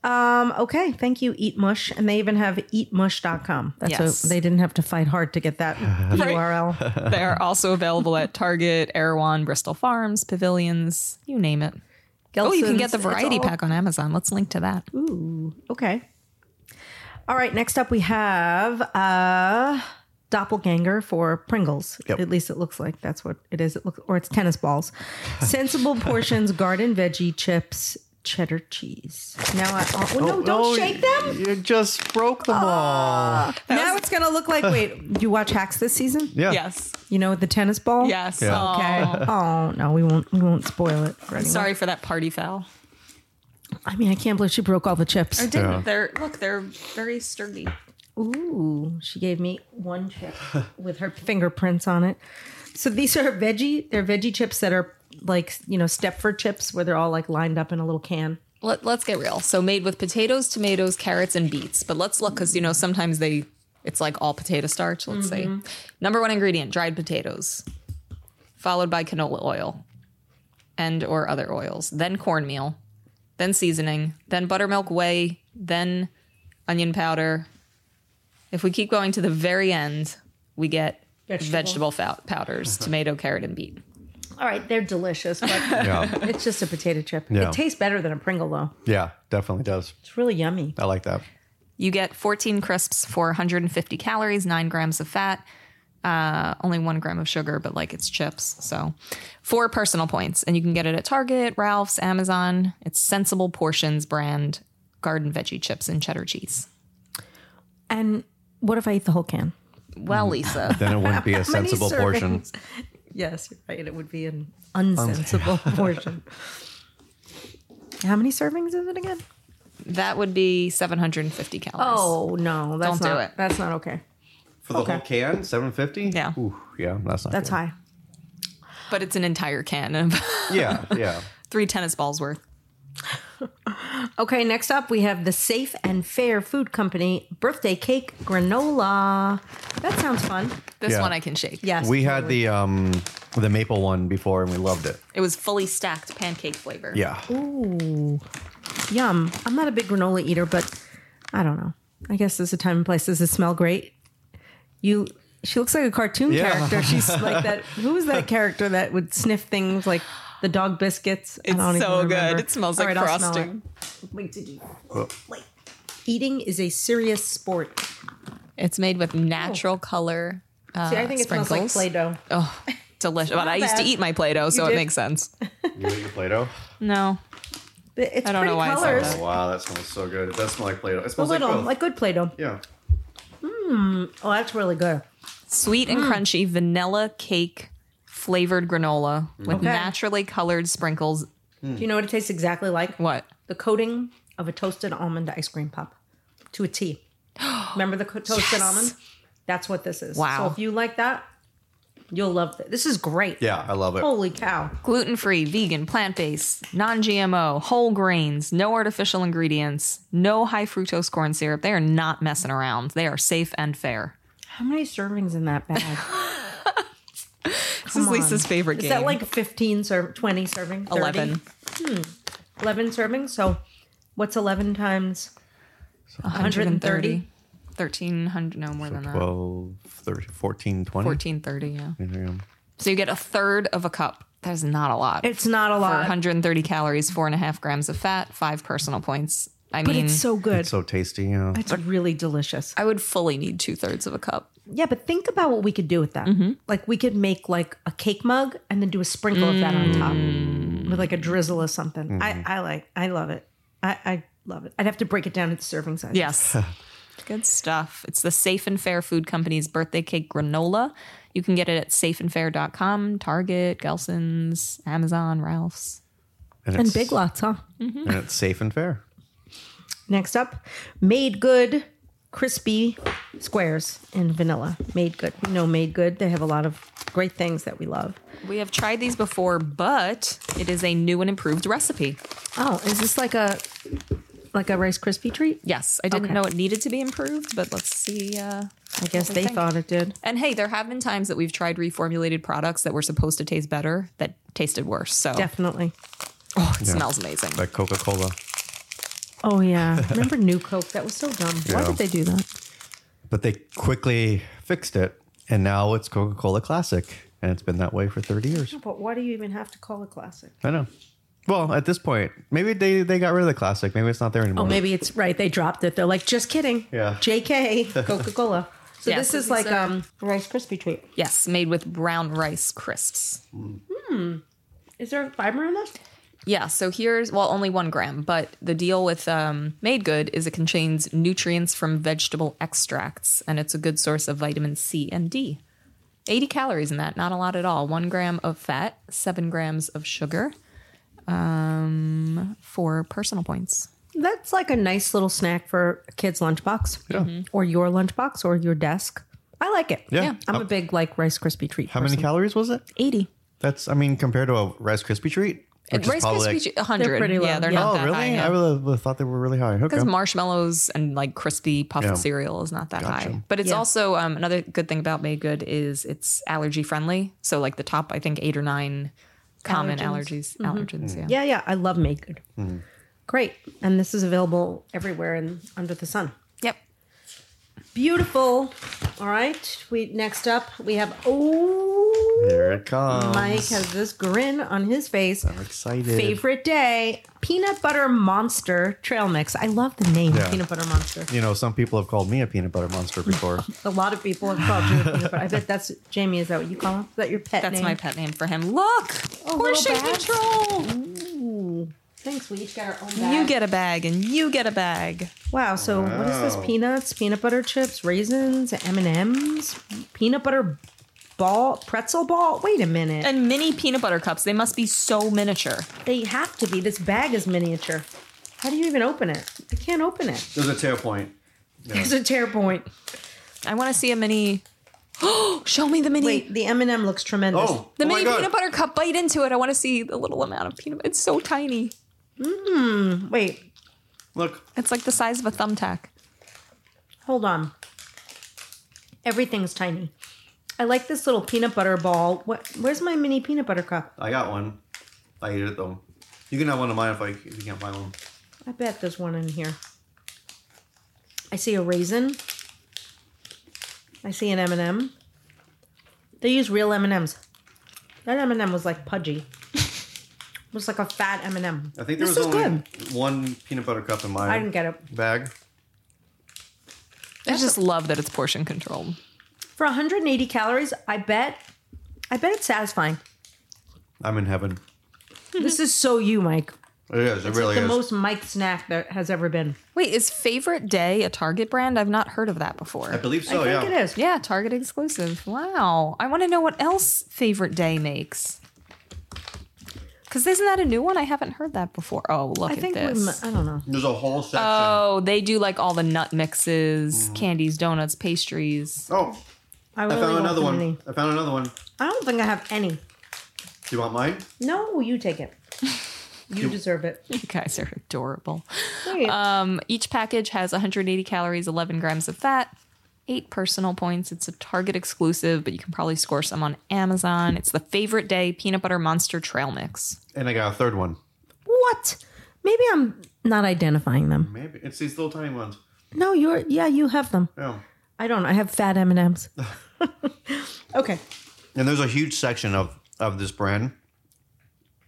S1: Um, okay, thank you, Eat Mush. And they even have eatmush.com. That's
S4: Yes.
S1: a, they didn't have to fight hard to get that URL.
S4: They are also available at Target, Erewhon, Bristol Farms, Pavilions, you name it. oh, you can get
S1: Gelson's,
S4: the
S1: it's
S4: variety
S1: all-
S4: pack on Amazon. Let's link to that.
S1: Okay. All right, next up we have uh doppelganger for Pringles.
S3: Yep.
S1: At least it looks like that's what it is. It looks or it's tennis balls. Sensible portions garden veggie chips, cheddar cheese. Now I oh, no, don't
S3: Oh,
S1: shake them. Uh,
S3: You just broke them all.
S1: Now it's gonna look like wait, you watch hacks this season?
S3: Yeah.
S4: Yes.
S1: You know the tennis ball?
S4: Yes.
S3: Yeah.
S4: Aw.
S1: Okay. Oh no, we won't we won't spoil it for anyone.
S4: Sorry for that party foul.
S1: I mean I can't believe she broke all the chips.
S4: didn't.
S3: Yeah.
S4: They're look, they're very sturdy.
S1: Ooh, she gave me one chip with her fingerprints on it. So these are veggie, they're veggie chips that are like, you know, Stepford chips where they're all like lined up in a little can.
S4: Let, let's get real. So made with potatoes, tomatoes, carrots, and beets. But let's look because you know sometimes they it's like all potato starch. Let's say number one ingredient: dried potatoes, followed by canola oil, and or other oils, then cornmeal, then seasoning, then buttermilk whey, then onion powder. If we keep going to the very end, we get
S1: Vegetable.
S4: vegetable, fou- powders: tomato, carrot, and beet.
S1: All right, they're delicious, but
S3: Yeah.
S1: it's just a potato chip.
S3: Yeah.
S1: It tastes better than a Pringle though.
S3: Yeah. Definitely does.
S1: It's really yummy.
S3: I like that.
S4: You get 14 crisps for 150 calories, nine grams of fat, uh, only one gram of sugar, but like it's chips. So, four personal points. And you can get it at Target, Ralph's, Amazon. It's Sensible Portions brand garden veggie chips and cheddar cheese.
S1: And what if I eat the whole can?
S3: Mm.
S4: Well, Lisa,
S3: Then it wouldn't be a sensible portion.
S1: servings? Yes, you're right. It would be an unsensible portion. How many servings is it again?
S4: that would be 750 calories.
S1: Oh no, that's
S4: Don't do
S1: not
S4: it.
S1: that's not okay.
S3: For the
S1: Okay.
S3: whole can, seven fifty.
S4: Yeah.
S3: Ooh, yeah. That's not.
S1: That's
S3: good.
S1: high.
S4: But it's an entire can of
S3: Yeah. Yeah.
S4: three tennis balls worth.
S1: Okay, next up we have the Safe and Fair Food Company birthday cake granola. That sounds fun.
S4: This
S3: Yeah.
S4: one I can shake.
S1: Yes.
S3: we had the um the maple one before and we loved it.
S4: It was fully stacked pancake flavor.
S3: Yeah.
S1: Ooh. Yum. I'm not a big granola eater, but I don't know. I guess there's a time and place. Does it smell great? You she looks like a cartoon
S3: Yeah.
S1: character. She's like that who is that character that would sniff things like the dog biscuits? I
S4: It's
S1: don't even
S4: so good.
S1: remember.
S4: It smells
S1: All
S4: like
S1: right, I'll smell
S4: frosting.
S1: it. Wait, did you
S3: Oh.
S1: wait. Eating is a serious sport.
S4: It's made with natural color. Uh,
S1: See, I think it smells like
S4: sprinkles. Oh.
S1: Play-Doh.
S4: delicious. But I used to
S1: bad.
S4: eat my Play-Doh, so it
S1: did?
S4: makes sense.
S3: You ate your Play-Doh. Oh,
S4: No,
S1: It's
S4: I don't
S1: pretty
S4: know why I said
S1: colors.
S4: that.
S3: Wow, that smells so good. It does smell like Play-Doh. It
S1: A
S3: smells
S1: little,
S3: like
S1: like,
S3: both.
S1: good Play-Doh.
S3: yeah.
S1: Oh, that's really good.
S4: sweet and crunchy vanilla cake flavored granola with
S1: Okay.
S4: naturally colored sprinkles.
S1: Do you know what it tastes exactly like?
S4: What?
S1: The coating of a toasted almond ice cream pop to a T. Remember the co- toasted almond? That's what this is.
S4: Wow.
S1: So if you like that, you'll love this. This is great.
S3: Yeah, I love it.
S1: Holy cow.
S4: Gluten free, vegan, plant based, non GMO, whole grains, no artificial ingredients, no high fructose corn syrup. They are not messing around. They are safe and fair.
S1: How many servings in that bag?
S4: This is Lisa's favorite game.
S1: Is that like 15, serv- 20 serving? 30?
S4: 11?
S1: 11 servings. So what's 11 times?
S4: 130. 1300, no more than that.
S3: 12, 13, 14, 20.
S4: 1430, yeah.
S3: Yeah.
S4: So you get a third of a cup. That is not a lot.
S1: It's not a
S4: For
S1: lot.
S4: 130 calories, four and a half grams of fat, five personal points. I
S1: but
S4: mean,
S1: it's so good.
S3: It's so tasty. Yeah.
S1: It's really delicious.
S4: I would fully need two thirds of a cup.
S1: Yeah, but think about what we could do with that. Like we could make like a cake mug and then do a sprinkle of that on top with like a drizzle or something. I, I like, I love it. I, I love it. I'd have to break it down into serving sizes.
S4: Yes. Good stuff. It's the Safe and Fair Food Company's birthday cake granola. You can get it at safeandfair.com, Target, Gelson's, Amazon, Ralph's.
S1: And
S3: it's-
S1: big lots, huh?
S3: And it's safe and fair.
S1: Mm-hmm. Next up, made good crispy squares in vanilla. Made good. We know made good. They have a lot of great things that we love.
S4: We have tried these before, but it is a new and improved recipe.
S1: Oh, is this like a like a Rice crispy treat?
S4: Yes, I didn't
S1: Okay.
S4: know it needed to be improved, but let's see. Uh,
S1: I guess
S4: we
S1: they
S4: think.
S1: thought it did.
S4: and hey, there have been times that we've tried reformulated products that were supposed to taste better that tasted worse. So
S1: Definitely.
S4: oh, it smells amazing.
S3: Like Coca Cola.
S1: Oh yeah. Remember New Coke? That was so dumb. Why
S3: Yeah.
S1: did they do that?
S3: But they quickly fixed it. And now it's Coca Cola Classic. And it's been that way for 30 years.
S1: But why do you even have to call it classic?
S3: I know. Well, at this point, maybe they, they got rid of the classic. Maybe it's not there anymore.
S1: Oh, maybe it's right. They dropped it. They're like, just kidding.
S3: Yeah.
S1: JK, Coca Cola. So
S4: Yeah,
S1: this is
S4: these
S1: like
S4: are-
S1: um Rice crispy treat.
S4: Yes, made with brown rice crisps.
S1: Is there fiber in that?
S4: Yeah, so here's well, only one gram, but the deal with um, Made Good is it contains nutrients from vegetable extracts, and it's a good source of vitamin C and D. 80 calories in that, not a lot at all. One gram of fat, seven grams of sugar um, for personal points.
S1: That's like a nice little snack for a kid's lunchbox. Yeah. Or your lunchbox or your desk. I like it.
S3: Yeah. Yeah.
S1: I'm
S3: How-
S1: a big like Rice crispy treat.
S3: How many
S1: person.
S3: calories was it?
S4: 80.
S3: That's, I mean, compared to a Rice Krispie treat. which is
S4: Rice
S3: probably like-
S4: Krispies, 100.
S1: They're pretty
S4: Yeah,
S1: low.
S4: they're
S1: Yeah.
S4: not
S3: Oh,
S4: that
S3: really?
S4: high.
S3: I really would have thought they were really high. Okay.
S4: because marshmallows and like crispy puffed
S3: Yeah.
S4: cereal is not that high. But it's
S1: Yeah.
S4: also um, another good thing about Made Good is it's allergy friendly. So like the top, I think eight or nine common allergies, allergens. Yeah.
S1: Mm-hmm. Yeah, yeah. I love made good.
S3: Mm-hmm.
S1: Great. And this is available everywhere and under the sun.
S4: Yep.
S1: Beautiful. All right. We next up we have oh
S3: Here it comes.
S1: Mike has this grin on his face.
S3: I'm excited.
S1: Favorite day peanut butter monster trail mix. I love the name
S3: Yeah.
S1: peanut butter monster.
S3: You know, some people have called me a peanut butter monster before.
S1: A lot of people have called you a peanut butter. I bet that's Jamie. Is that what you call him? Is that your pet
S4: That's
S1: name?
S4: my pet name for him. Look,
S1: Oh,
S4: portion
S1: little bag?
S4: control.
S1: Thanks. We each got our own. Bag.
S4: You get a bag and you get a bag.
S1: wow. So what is this? Peanuts, peanut butter chips, raisins, M and M's, peanut butter ball, pretzel ball. Wait a minute.
S4: And mini peanut butter cups. They must be so miniature.
S1: They have to be. This bag is miniature. How do you even open it? I can't open it.
S3: There's a tail point.
S1: There's a tear point.
S4: I want to see a mini. Oh, show me the mini.
S1: Wait, the M and M looks tremendous.
S3: Oh,
S4: The
S3: oh my
S4: mini
S3: God.
S4: peanut butter cup, bite into it. I want to see the little amount of peanut. It's so tiny.
S1: Wait,
S3: Look,
S4: It's like the size of a thumbtack.
S1: hold on. Everything's tiny. I like this little peanut butter ball. What? Where's my mini peanut butter cup?
S3: I got one. I ate it though. You can have one of mine if I if you can't find one.
S1: I bet there's one in here. I see a raisin. I see an M and M. They use real M and M's. That M and M was like pudgy. it was like a fat M and M.
S3: I think there
S1: This
S3: was
S1: is
S3: only one peanut butter cup in my
S1: I didn't get it.
S3: bag.
S4: I just love that it's portion controlled.
S1: for 180 calories i bet i bet it's satisfying
S3: I'm in heaven.
S1: this is so you mike
S3: It is. It really
S1: the
S3: is.
S1: most mike snack that has ever been
S4: Wait, is favorite day a Target brand? I've not heard of that
S3: I
S4: before.
S3: believe so.
S1: i think
S3: yeah.
S1: it is
S4: Yeah, Target exclusive. Wow. I want to know what else favorite day makes. Cause isn't that a new one? I haven't heard that before. Oh, look
S1: i
S4: at
S1: think we,
S4: this.
S1: m- i don't know
S3: There's a whole section.
S1: Uh,
S4: oh, they do like all the nut mixes, candies, donuts, pastries.
S3: oh,
S1: i
S3: I
S1: really
S3: found
S1: want
S3: another
S1: the
S3: one.
S1: mini.
S3: I found another one. Do
S1: i don't think i have any
S3: you want mine?
S1: no you take it you deserve it
S4: You guys are adorable.
S1: Wait,
S4: Um, each package has 180 calories, 11 grams of fat, eight personal points. It's a Target exclusive, but you can probably score some on Amazon. It's the favorite day peanut butter monster trail mix.
S3: And I got a third one.
S1: What? Maybe I'm not identifying them.
S3: Maybe it's these little tiny ones.
S1: No, you're yeah, you have them.
S3: Oh.
S1: I don't. I have fat M and M's. Okay.
S3: And there's a huge section of of this brand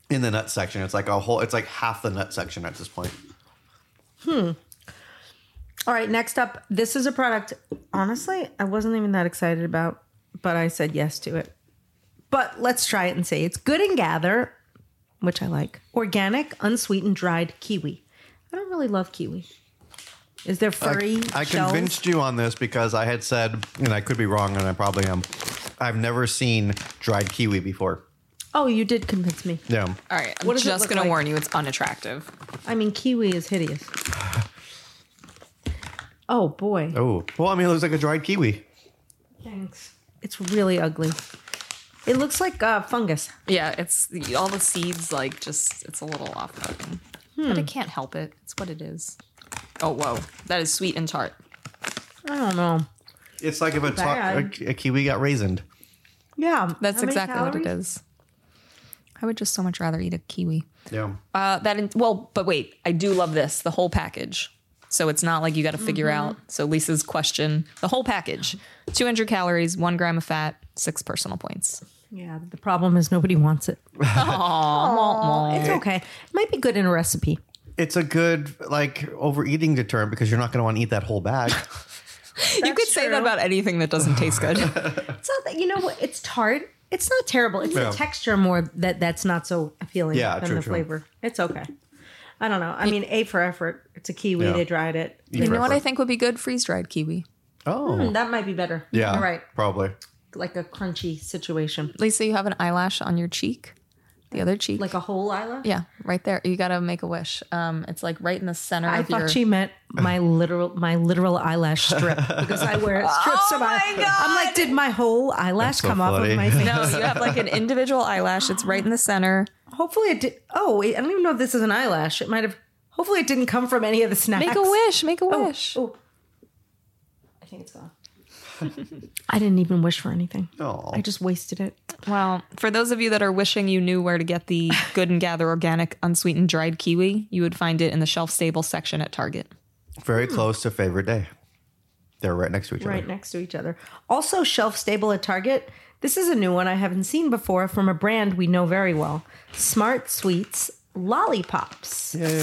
S3: in the nut section. It's like a whole. It's like half the nut section at this point.
S1: All right. Next up, this is a product. Honestly, I wasn't even that excited about, but I said yes to it. But let's try it and see. It's Good and Gather, which I like. Organic, unsweetened, dried kiwi. I don't really love kiwi. Is there furry?
S3: I
S1: shells?
S3: convinced you on this because I had said, and I could be wrong, and I probably am. I've never seen dried kiwi before.
S1: Oh, you did convince me.
S3: Yeah.
S4: All right, I'm
S1: What does it
S4: just
S1: look
S4: going
S1: like?
S4: to warn you, it's unattractive.
S1: I mean, kiwi is hideous. Oh boy.
S3: Oh. Well, I mean, it looks like a dried kiwi.
S1: Thanks. It's really ugly. It looks like uh, fungus.
S4: Yeah, it's all the seeds, like, just, it's a little off putting. But it can't help it. It's what it is. Hmm. Oh, whoa. That is sweet and tart.
S1: I don't know.
S3: It's like if a,
S1: bad.
S3: to- a, a kiwi got raisined.
S1: Yeah,
S4: That's
S1: how many
S4: exactly what it
S1: calories?
S4: is. I would just so much rather eat a kiwi.
S3: Yeah.
S4: Uh, that in, well, but wait, I do love this the whole package. So it's not like you got to figure
S1: Mm-hmm.
S4: out. So Lisa's question: the whole package, 200 calories, one gram of fat, six personal points.
S1: Yeah, the problem is nobody wants it. It's okay. It might be good in a recipe.
S3: It's a good like overeating deterrent because you're not going to want to eat that whole bag.
S4: you could say
S1: true.
S4: that about anything that doesn't taste good.
S1: It's not that you know what. It's tart. It's not terrible. It's
S3: Yeah.
S1: the texture more that that's not so appealing
S3: Yeah,
S1: than
S3: true,
S1: the
S3: true.
S1: flavor. It's okay. I don't know. I mean, A for effort. It's a kiwi.
S3: Yeah.
S1: They dried it.
S4: you know what I
S3: Prefer.
S4: think would be good? Freeze dried kiwi.
S3: Oh.
S1: That might be better.
S3: Yeah.
S1: You're Hmm. right.
S3: Probably.
S1: Like a crunchy situation,
S4: Lisa, you have an eyelash on your cheek, the other cheek.
S1: like a whole eyelash.
S4: yeah, right there. You gotta make a wish. Um, it's like right in the center
S1: I
S4: of
S1: thought
S4: your.
S1: she meant my literal my literal eyelash strip because I wear strips
S4: Oh
S1: of eyelash. I'm like, did my whole eyelash
S3: so
S1: come off
S3: funny.
S1: of my face?
S4: no, you have like an individual eyelash. It's right in the center.
S1: Hopefully it did. Oh, wait, I don't even know if this is an eyelash. It might have. Hopefully it didn't come from any of the snacks.
S4: Make a wish. Make a wish.
S1: Oh, I think it's gone. I didn't even wish for anything.
S3: Oh.
S1: I just wasted it.
S4: Well, for those of you that are wishing you knew where to get the Good and Gather organic unsweetened dried kiwi, you would find it in the shelf stable section at Target.
S3: Very close to favorite day. They're right next to each
S1: Hmm. Right
S3: other.
S1: next to each other. Also shelf stable at Target. This is a new one I haven't seen before from a brand we know very well. Smart Sweets lollipops.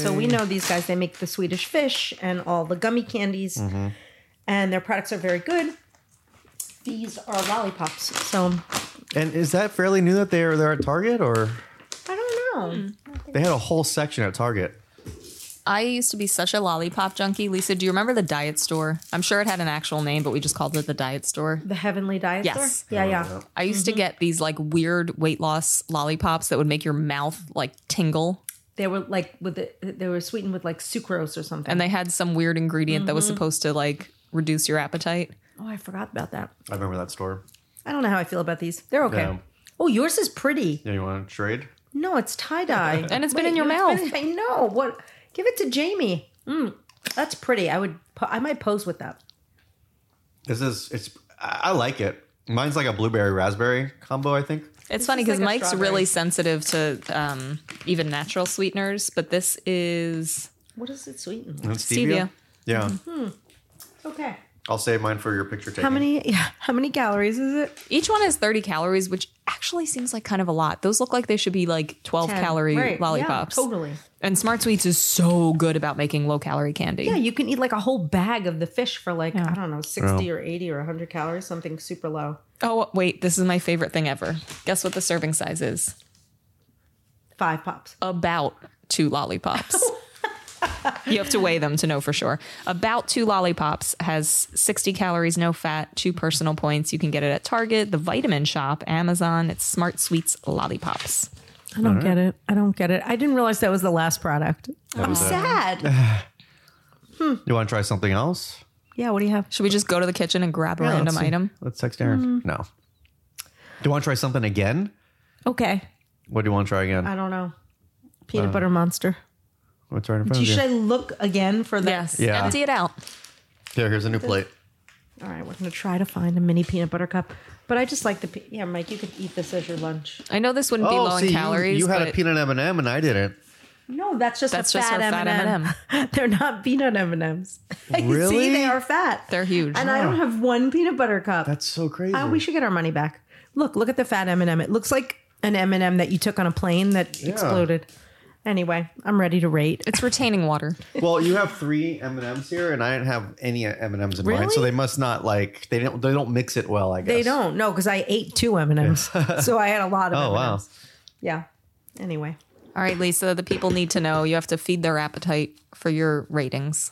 S1: So we know these guys. They make the Swedish fish and all the gummy candies, and their products are very good. These are lollipops. So
S3: And is that fairly new that they're they're at Target or
S1: I don't know.
S3: they had a whole section at Target?
S4: I used to be such a lollipop junkie. Lisa, do you remember the diet store? I'm sure it had an actual name, but we just called it the diet store.
S1: The Heavenly Diet
S4: Yes.
S1: Store? Yeah, yeah.
S4: I used to get these like weird weight loss lollipops that would make your mouth like tingle.
S1: They were like with the, they were sweetened with like sucrose or something.
S4: And they had some weird ingredient that was supposed to like reduce your appetite.
S1: oh, I forgot about that.
S3: I remember that store.
S1: I don't know how I feel about these. They're okay.
S3: Yeah.
S1: Oh, yours is pretty.
S3: Yeah, you want to trade?
S1: No, it's tie dye.
S4: And it's been in your mouth.
S1: I know. What? Give it to Jamie. Mm, that's pretty. I would. po- I might pose with that.
S3: This is it's. I I like it. Mine's like a blueberry raspberry combo. I think.
S4: It's funny
S1: is
S4: because
S1: like a
S4: Mike's
S1: strawberry.
S4: really sensitive to um, even natural sweeteners, but this is
S1: What is it sweetened? with?
S3: And
S4: Stevia.
S3: Yeah,
S1: Okay.
S3: I'll save mine for your picture
S1: Mm-hmm.
S3: taking.
S1: How many? Yeah. How many calories is it?
S4: each one has 30 calories, which actually seems like kind of a lot. Those look like they should be like 12
S1: Ten.
S4: calorie
S1: Right. Yeah,
S4: lollipops.
S1: totally.
S4: And Smart Sweets is so good about making low calorie candy.
S1: Yeah, you can eat like a whole bag of the fish for like I don't know, sixty or eighty or hundred calories, something super low.
S4: Oh, wait, this is my favorite thing ever. Guess what the serving size is?
S1: Five pops.
S4: About two lollipops. you have to weigh them to know for sure. About two lollipops has 60 calories, no fat, two personal points. You can get it at Target, the Vitamin Shop, Amazon. It's Smart Sweets Lollipops.
S1: I don't get it. I don't get it. I didn't realize that was the last product. I'm sad.
S3: You want to try something else?
S1: yeah, what do you have?
S4: Should we just go to the kitchen and grab a
S3: Yeah,
S4: random
S3: let's see.
S4: item?
S3: Let's text Aaron. No. Do you want to try something again?
S1: Okay.
S3: What do you want to try again?
S1: I don't know. Peanut butter monster.
S3: What's right in front of
S1: Should
S3: you?
S1: I look again for that?
S4: Yes.
S3: Yeah.
S4: Empty it out.
S3: Here, here's a new plate.
S1: All right, we're going to try to find a mini peanut butter cup. But I just like the, pe- yeah, Mike, you could eat this as your lunch.
S4: I know this wouldn't be low
S3: Oh, see,
S4: in
S3: you-
S4: calories.
S3: You, had a
S4: but-
S3: peanut M and m and I didn't.
S1: No, that's just
S4: That's
S1: a
S4: just
S1: fat
S4: her fat
S1: M&M. They're not peanut M&Ms. you
S3: Really?
S1: see, they are fat.
S4: They're huge.
S1: And I don't have one peanut butter cup.
S3: That's so crazy.
S1: Uh, we should get our money back. Look, look at the fat M&M. It looks like an M&M that you took on a plane that exploded. Anyway, I'm ready to rate.
S4: It's retaining water.
S3: Well, you have three M and M's here, and I didn't have any M and M's in mine,
S1: Really?
S3: so they must not like they don't they don't mix it well. I guess
S1: They don't. No, because I ate two M&Ms. so I had a lot of
S3: Oh, wow.
S1: M&Ms. Yeah. Anyway.
S4: All right, Lisa, the people need to know you have to feed their appetite for your ratings.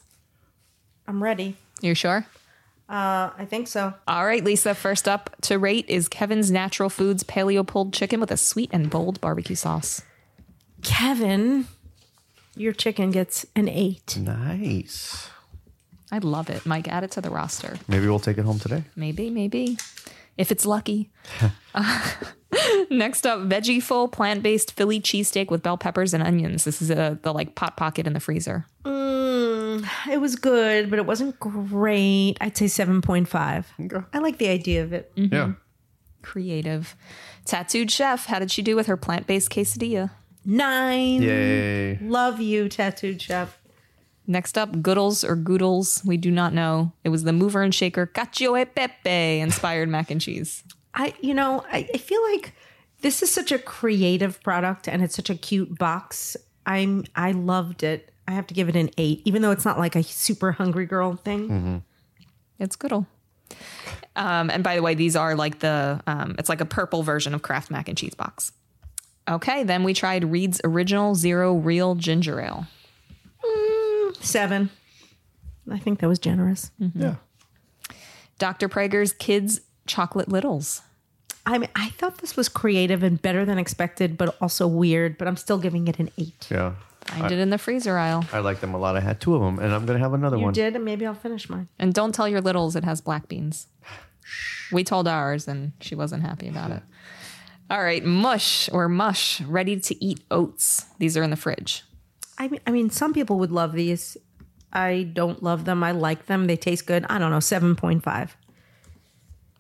S1: I'm ready.
S4: You sure?
S1: Uh, I think so.
S4: All right, Lisa, first up to rate is Kevin's Natural Foods Paleo Pulled Chicken with a sweet and bold barbecue sauce.
S1: Kevin, your chicken gets an eight.
S3: Nice.
S4: I love it. Mike, add it to the roster.
S3: Maybe we'll take it home today.
S4: Maybe, maybe. If it's lucky. Next up, veggie full plant based Philly cheesesteak with bell peppers and onions. This is a, the like pot pocket in the freezer.
S1: It was good, but it wasn't great. I'd say 7.5.
S3: Okay.
S1: I like the idea of it.
S3: Yeah.
S4: Creative. Tattooed Chef, how did she do with her plant based quesadilla?
S1: Nine.
S3: Yay.
S1: Love you, tattooed chef.
S4: Next up, Goodles or Goodles, we do not know. It was the mover and shaker Cacio e Pepe inspired mac and cheese.
S1: I, you know, I, I feel like this is such a creative product and it's such a cute box. I'm, I loved it. I have to give it an eight, even though it's not like a super hungry girl thing.
S3: Mm-hmm.
S4: It's Goodle. Um, and by the way, these are like the, um, it's like a purple version of Kraft mac and cheese box. Okay, then we tried Reed's Original Zero Real Ginger Ale.
S1: Seven. I think that was generous.
S3: Yeah.
S4: Dr. Prager's Kids Chocolate Littles.
S1: I mean, I thought this was creative and better than expected, but also weird. But I'm still giving it an eight.
S3: Yeah.
S4: Find it in the freezer aisle.
S3: I like them a lot. I had two of them, and I'm gonna have another
S1: You
S3: one.
S1: did, and maybe I'll finish mine.
S4: And don't tell your littles it has black beans. We told ours and she wasn't happy about it. All right, mush or mush, ready to eat oats. These are in the fridge.
S1: I mean, I mean, some people would love these. I don't love them. I like them. They taste good. I don't know. Seven point five.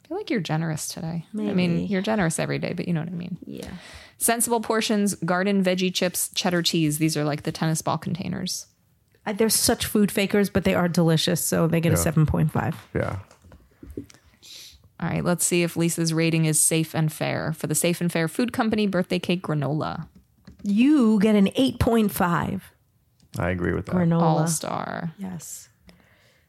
S4: I feel like you're generous today. I mean, you're generous every day, but you know what I mean.
S1: Yeah.
S4: Sensible portions, garden veggie chips, cheddar cheese. These are like the tennis ball containers.
S1: I, they're such food fakers, but they are delicious. So they get a
S3: Yeah.
S1: seven point five.
S3: Yeah.
S4: All right, let's see if Lisa's rating is safe and fair for the Safe and Fair Food Company birthday cake granola.
S1: You get an eight point five
S3: I agree with that.
S1: granola.
S4: All star.
S1: Yes.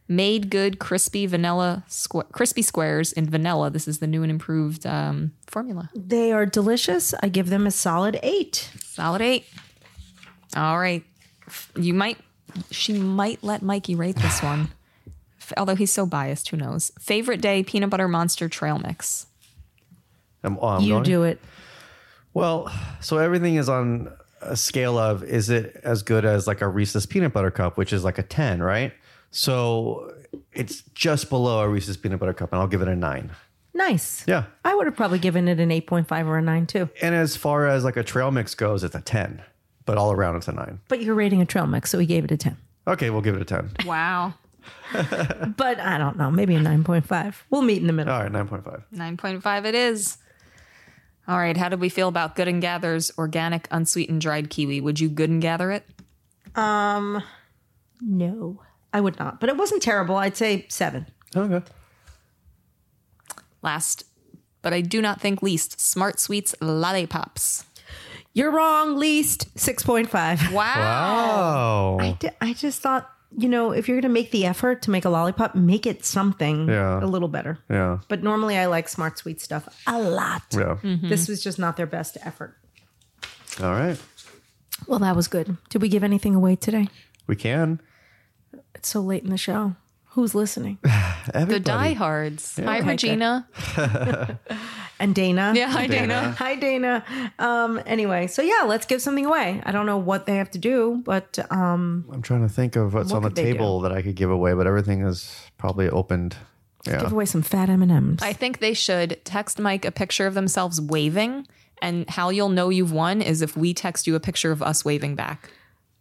S4: made good crispy vanilla squ- crispy squares in vanilla. This is the new and improved um, formula.
S1: They are delicious. I give them a solid eight.
S4: Solid eight. All right, you might. She might let Mikey rate this one, F- although he's so biased. Who knows? Favorite day: peanut butter monster trail mix.
S3: I'm, oh, I'm
S1: you
S3: going?
S1: do it.
S3: Well, so everything is on a scale of is it as good as like a Reese's peanut butter cup, which is like a 10, right? So it's just below a Reese's peanut butter cup, and I'll give it a nine.
S1: Nice.
S3: Yeah.
S1: I would have probably given it an eight point five or a nine too.
S3: And as far as like a trail mix goes, it's a 10, but all around it's a nine.
S1: But you're rating a trail mix, so we gave it a ten.
S3: Okay, we'll give it a 10.
S4: Wow,
S1: But I don't know. Maybe a nine point five. We'll meet in the middle.
S3: All right, 9.5.
S4: nine point five it is. All right, how did we feel about Good and Gather's organic unsweetened dried kiwi? Would you Good and Gather it?
S1: No, I would not. But it wasn't terrible. I'd say seven.
S3: Okay.
S4: Last, but I do not think least, Smart Sweets lollipops.
S1: You're wrong. Least six point five.
S3: Wow.
S1: D- I just thought, you know, if you're going to make the effort to make a lollipop, make it something
S3: Yeah.
S1: a little better.
S3: Yeah.
S1: But normally I like smart sweet stuff a lot.
S3: Yeah.
S1: This was just not their best effort.
S3: All right.
S1: Well, that was good. Did we give anything away today?
S3: We can.
S1: It's so late in the show. Who's listening?
S4: The
S3: Everybody.
S4: diehards. Hi,
S1: Okay,
S4: Regina.
S1: And Dana.
S4: Yeah, hi, Dana.
S1: Hi, Dana. Um, anyway, so yeah, let's give something away. I don't know what they have to do, but um,
S3: I'm trying to think of what's on the
S1: could they do?
S3: table that I could give away, but everything is probably opened. Yeah.
S1: give away some fat M&Ms.
S4: I think they should text Mike a picture of themselves waving. And how you'll know you've won is if we text you a picture of us waving back.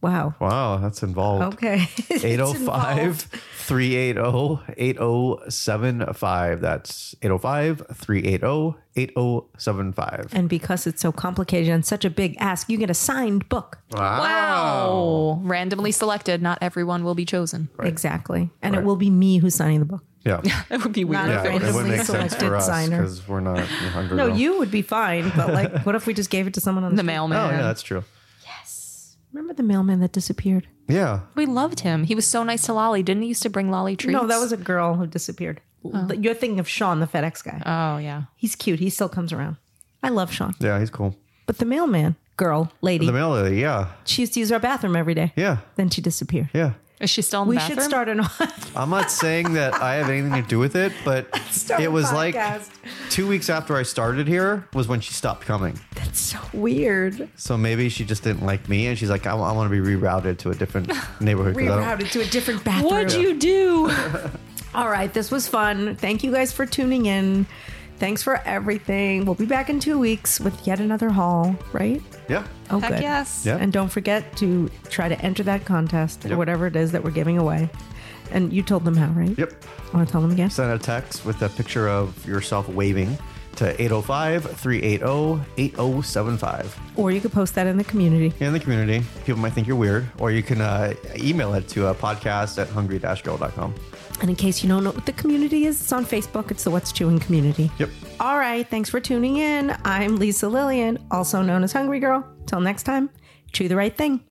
S1: Wow.
S3: Wow, that's involved.
S1: Okay. It's
S3: 805
S1: involved.
S3: 380 8075. That's 805 380 8075.
S1: And because it's so complicated and such a big ask, you get a signed book.
S3: Oh.
S4: Wow. Oh. Randomly selected. Not everyone will be chosen.
S1: Exactly. And it will be me who's signing the book.
S3: Yeah.
S4: That would be weird.
S1: Not
S4: if it
S3: Yeah,
S4: was-
S3: it
S1: randomly
S3: would make sense
S1: selected
S3: for us
S1: signer.
S3: because we're not 100.
S1: No, you would be fine, but like, what if we just gave it to someone on the,
S4: The
S1: street?
S4: mailman.
S3: Oh, yeah, that's true.
S1: Remember the mailman that disappeared?
S3: Yeah.
S4: We loved him. He was so nice to Lolly. Didn't he used to bring Lolly treats?
S1: No, that was a girl who disappeared. You're thinking of Sean, the FedEx guy.
S4: Oh yeah.
S1: He's cute. He still comes around. I love Sean.
S3: Yeah, he's cool.
S1: But the mailman, girl, lady,
S3: The mail lady. Yeah.
S1: she used to use our bathroom every day.
S3: Yeah.
S1: Then she disappeared.
S3: Yeah.
S4: Is she still in
S1: We
S4: the bathroom?
S1: should start an.
S3: I'm not saying that I have anything to do with it, but
S1: Start
S3: it
S1: a
S3: was like
S1: podcast.
S3: two weeks after I started here was when she stopped coming.
S1: That's so weird.
S3: So maybe she just didn't like me, and she's like, "I, want to be rerouted to a different neighborhood." 'cause I don't-
S1: Rerouted to a different bathroom.
S4: What'd you do?
S1: All right, this was fun. Thank you guys for tuning in. Thanks for everything. We'll be back in two weeks with yet another haul, right?
S3: Yeah,
S1: Oh,
S4: Heck
S1: good.
S4: yes.
S3: Yeah.
S1: And don't forget to try to enter that contest or
S3: Yep.
S1: whatever it is that we're giving away. And you told them how, right?
S3: Yep.
S1: Want to tell them again?
S3: Send a text with a picture of yourself waving to 805-380-8075.
S1: Or you could post that in the community.
S3: In the community, people might think you're weird, or you can uh, email it to a podcast at hungry-girl.com.
S1: And in case you don't know what the community is, it's on Facebook. It's the What's Chewing community.
S3: Yep.
S1: All right. Thanks for tuning in. I'm Lisa Lillian, also known as Hungry Girl. Till next time, chew the right thing.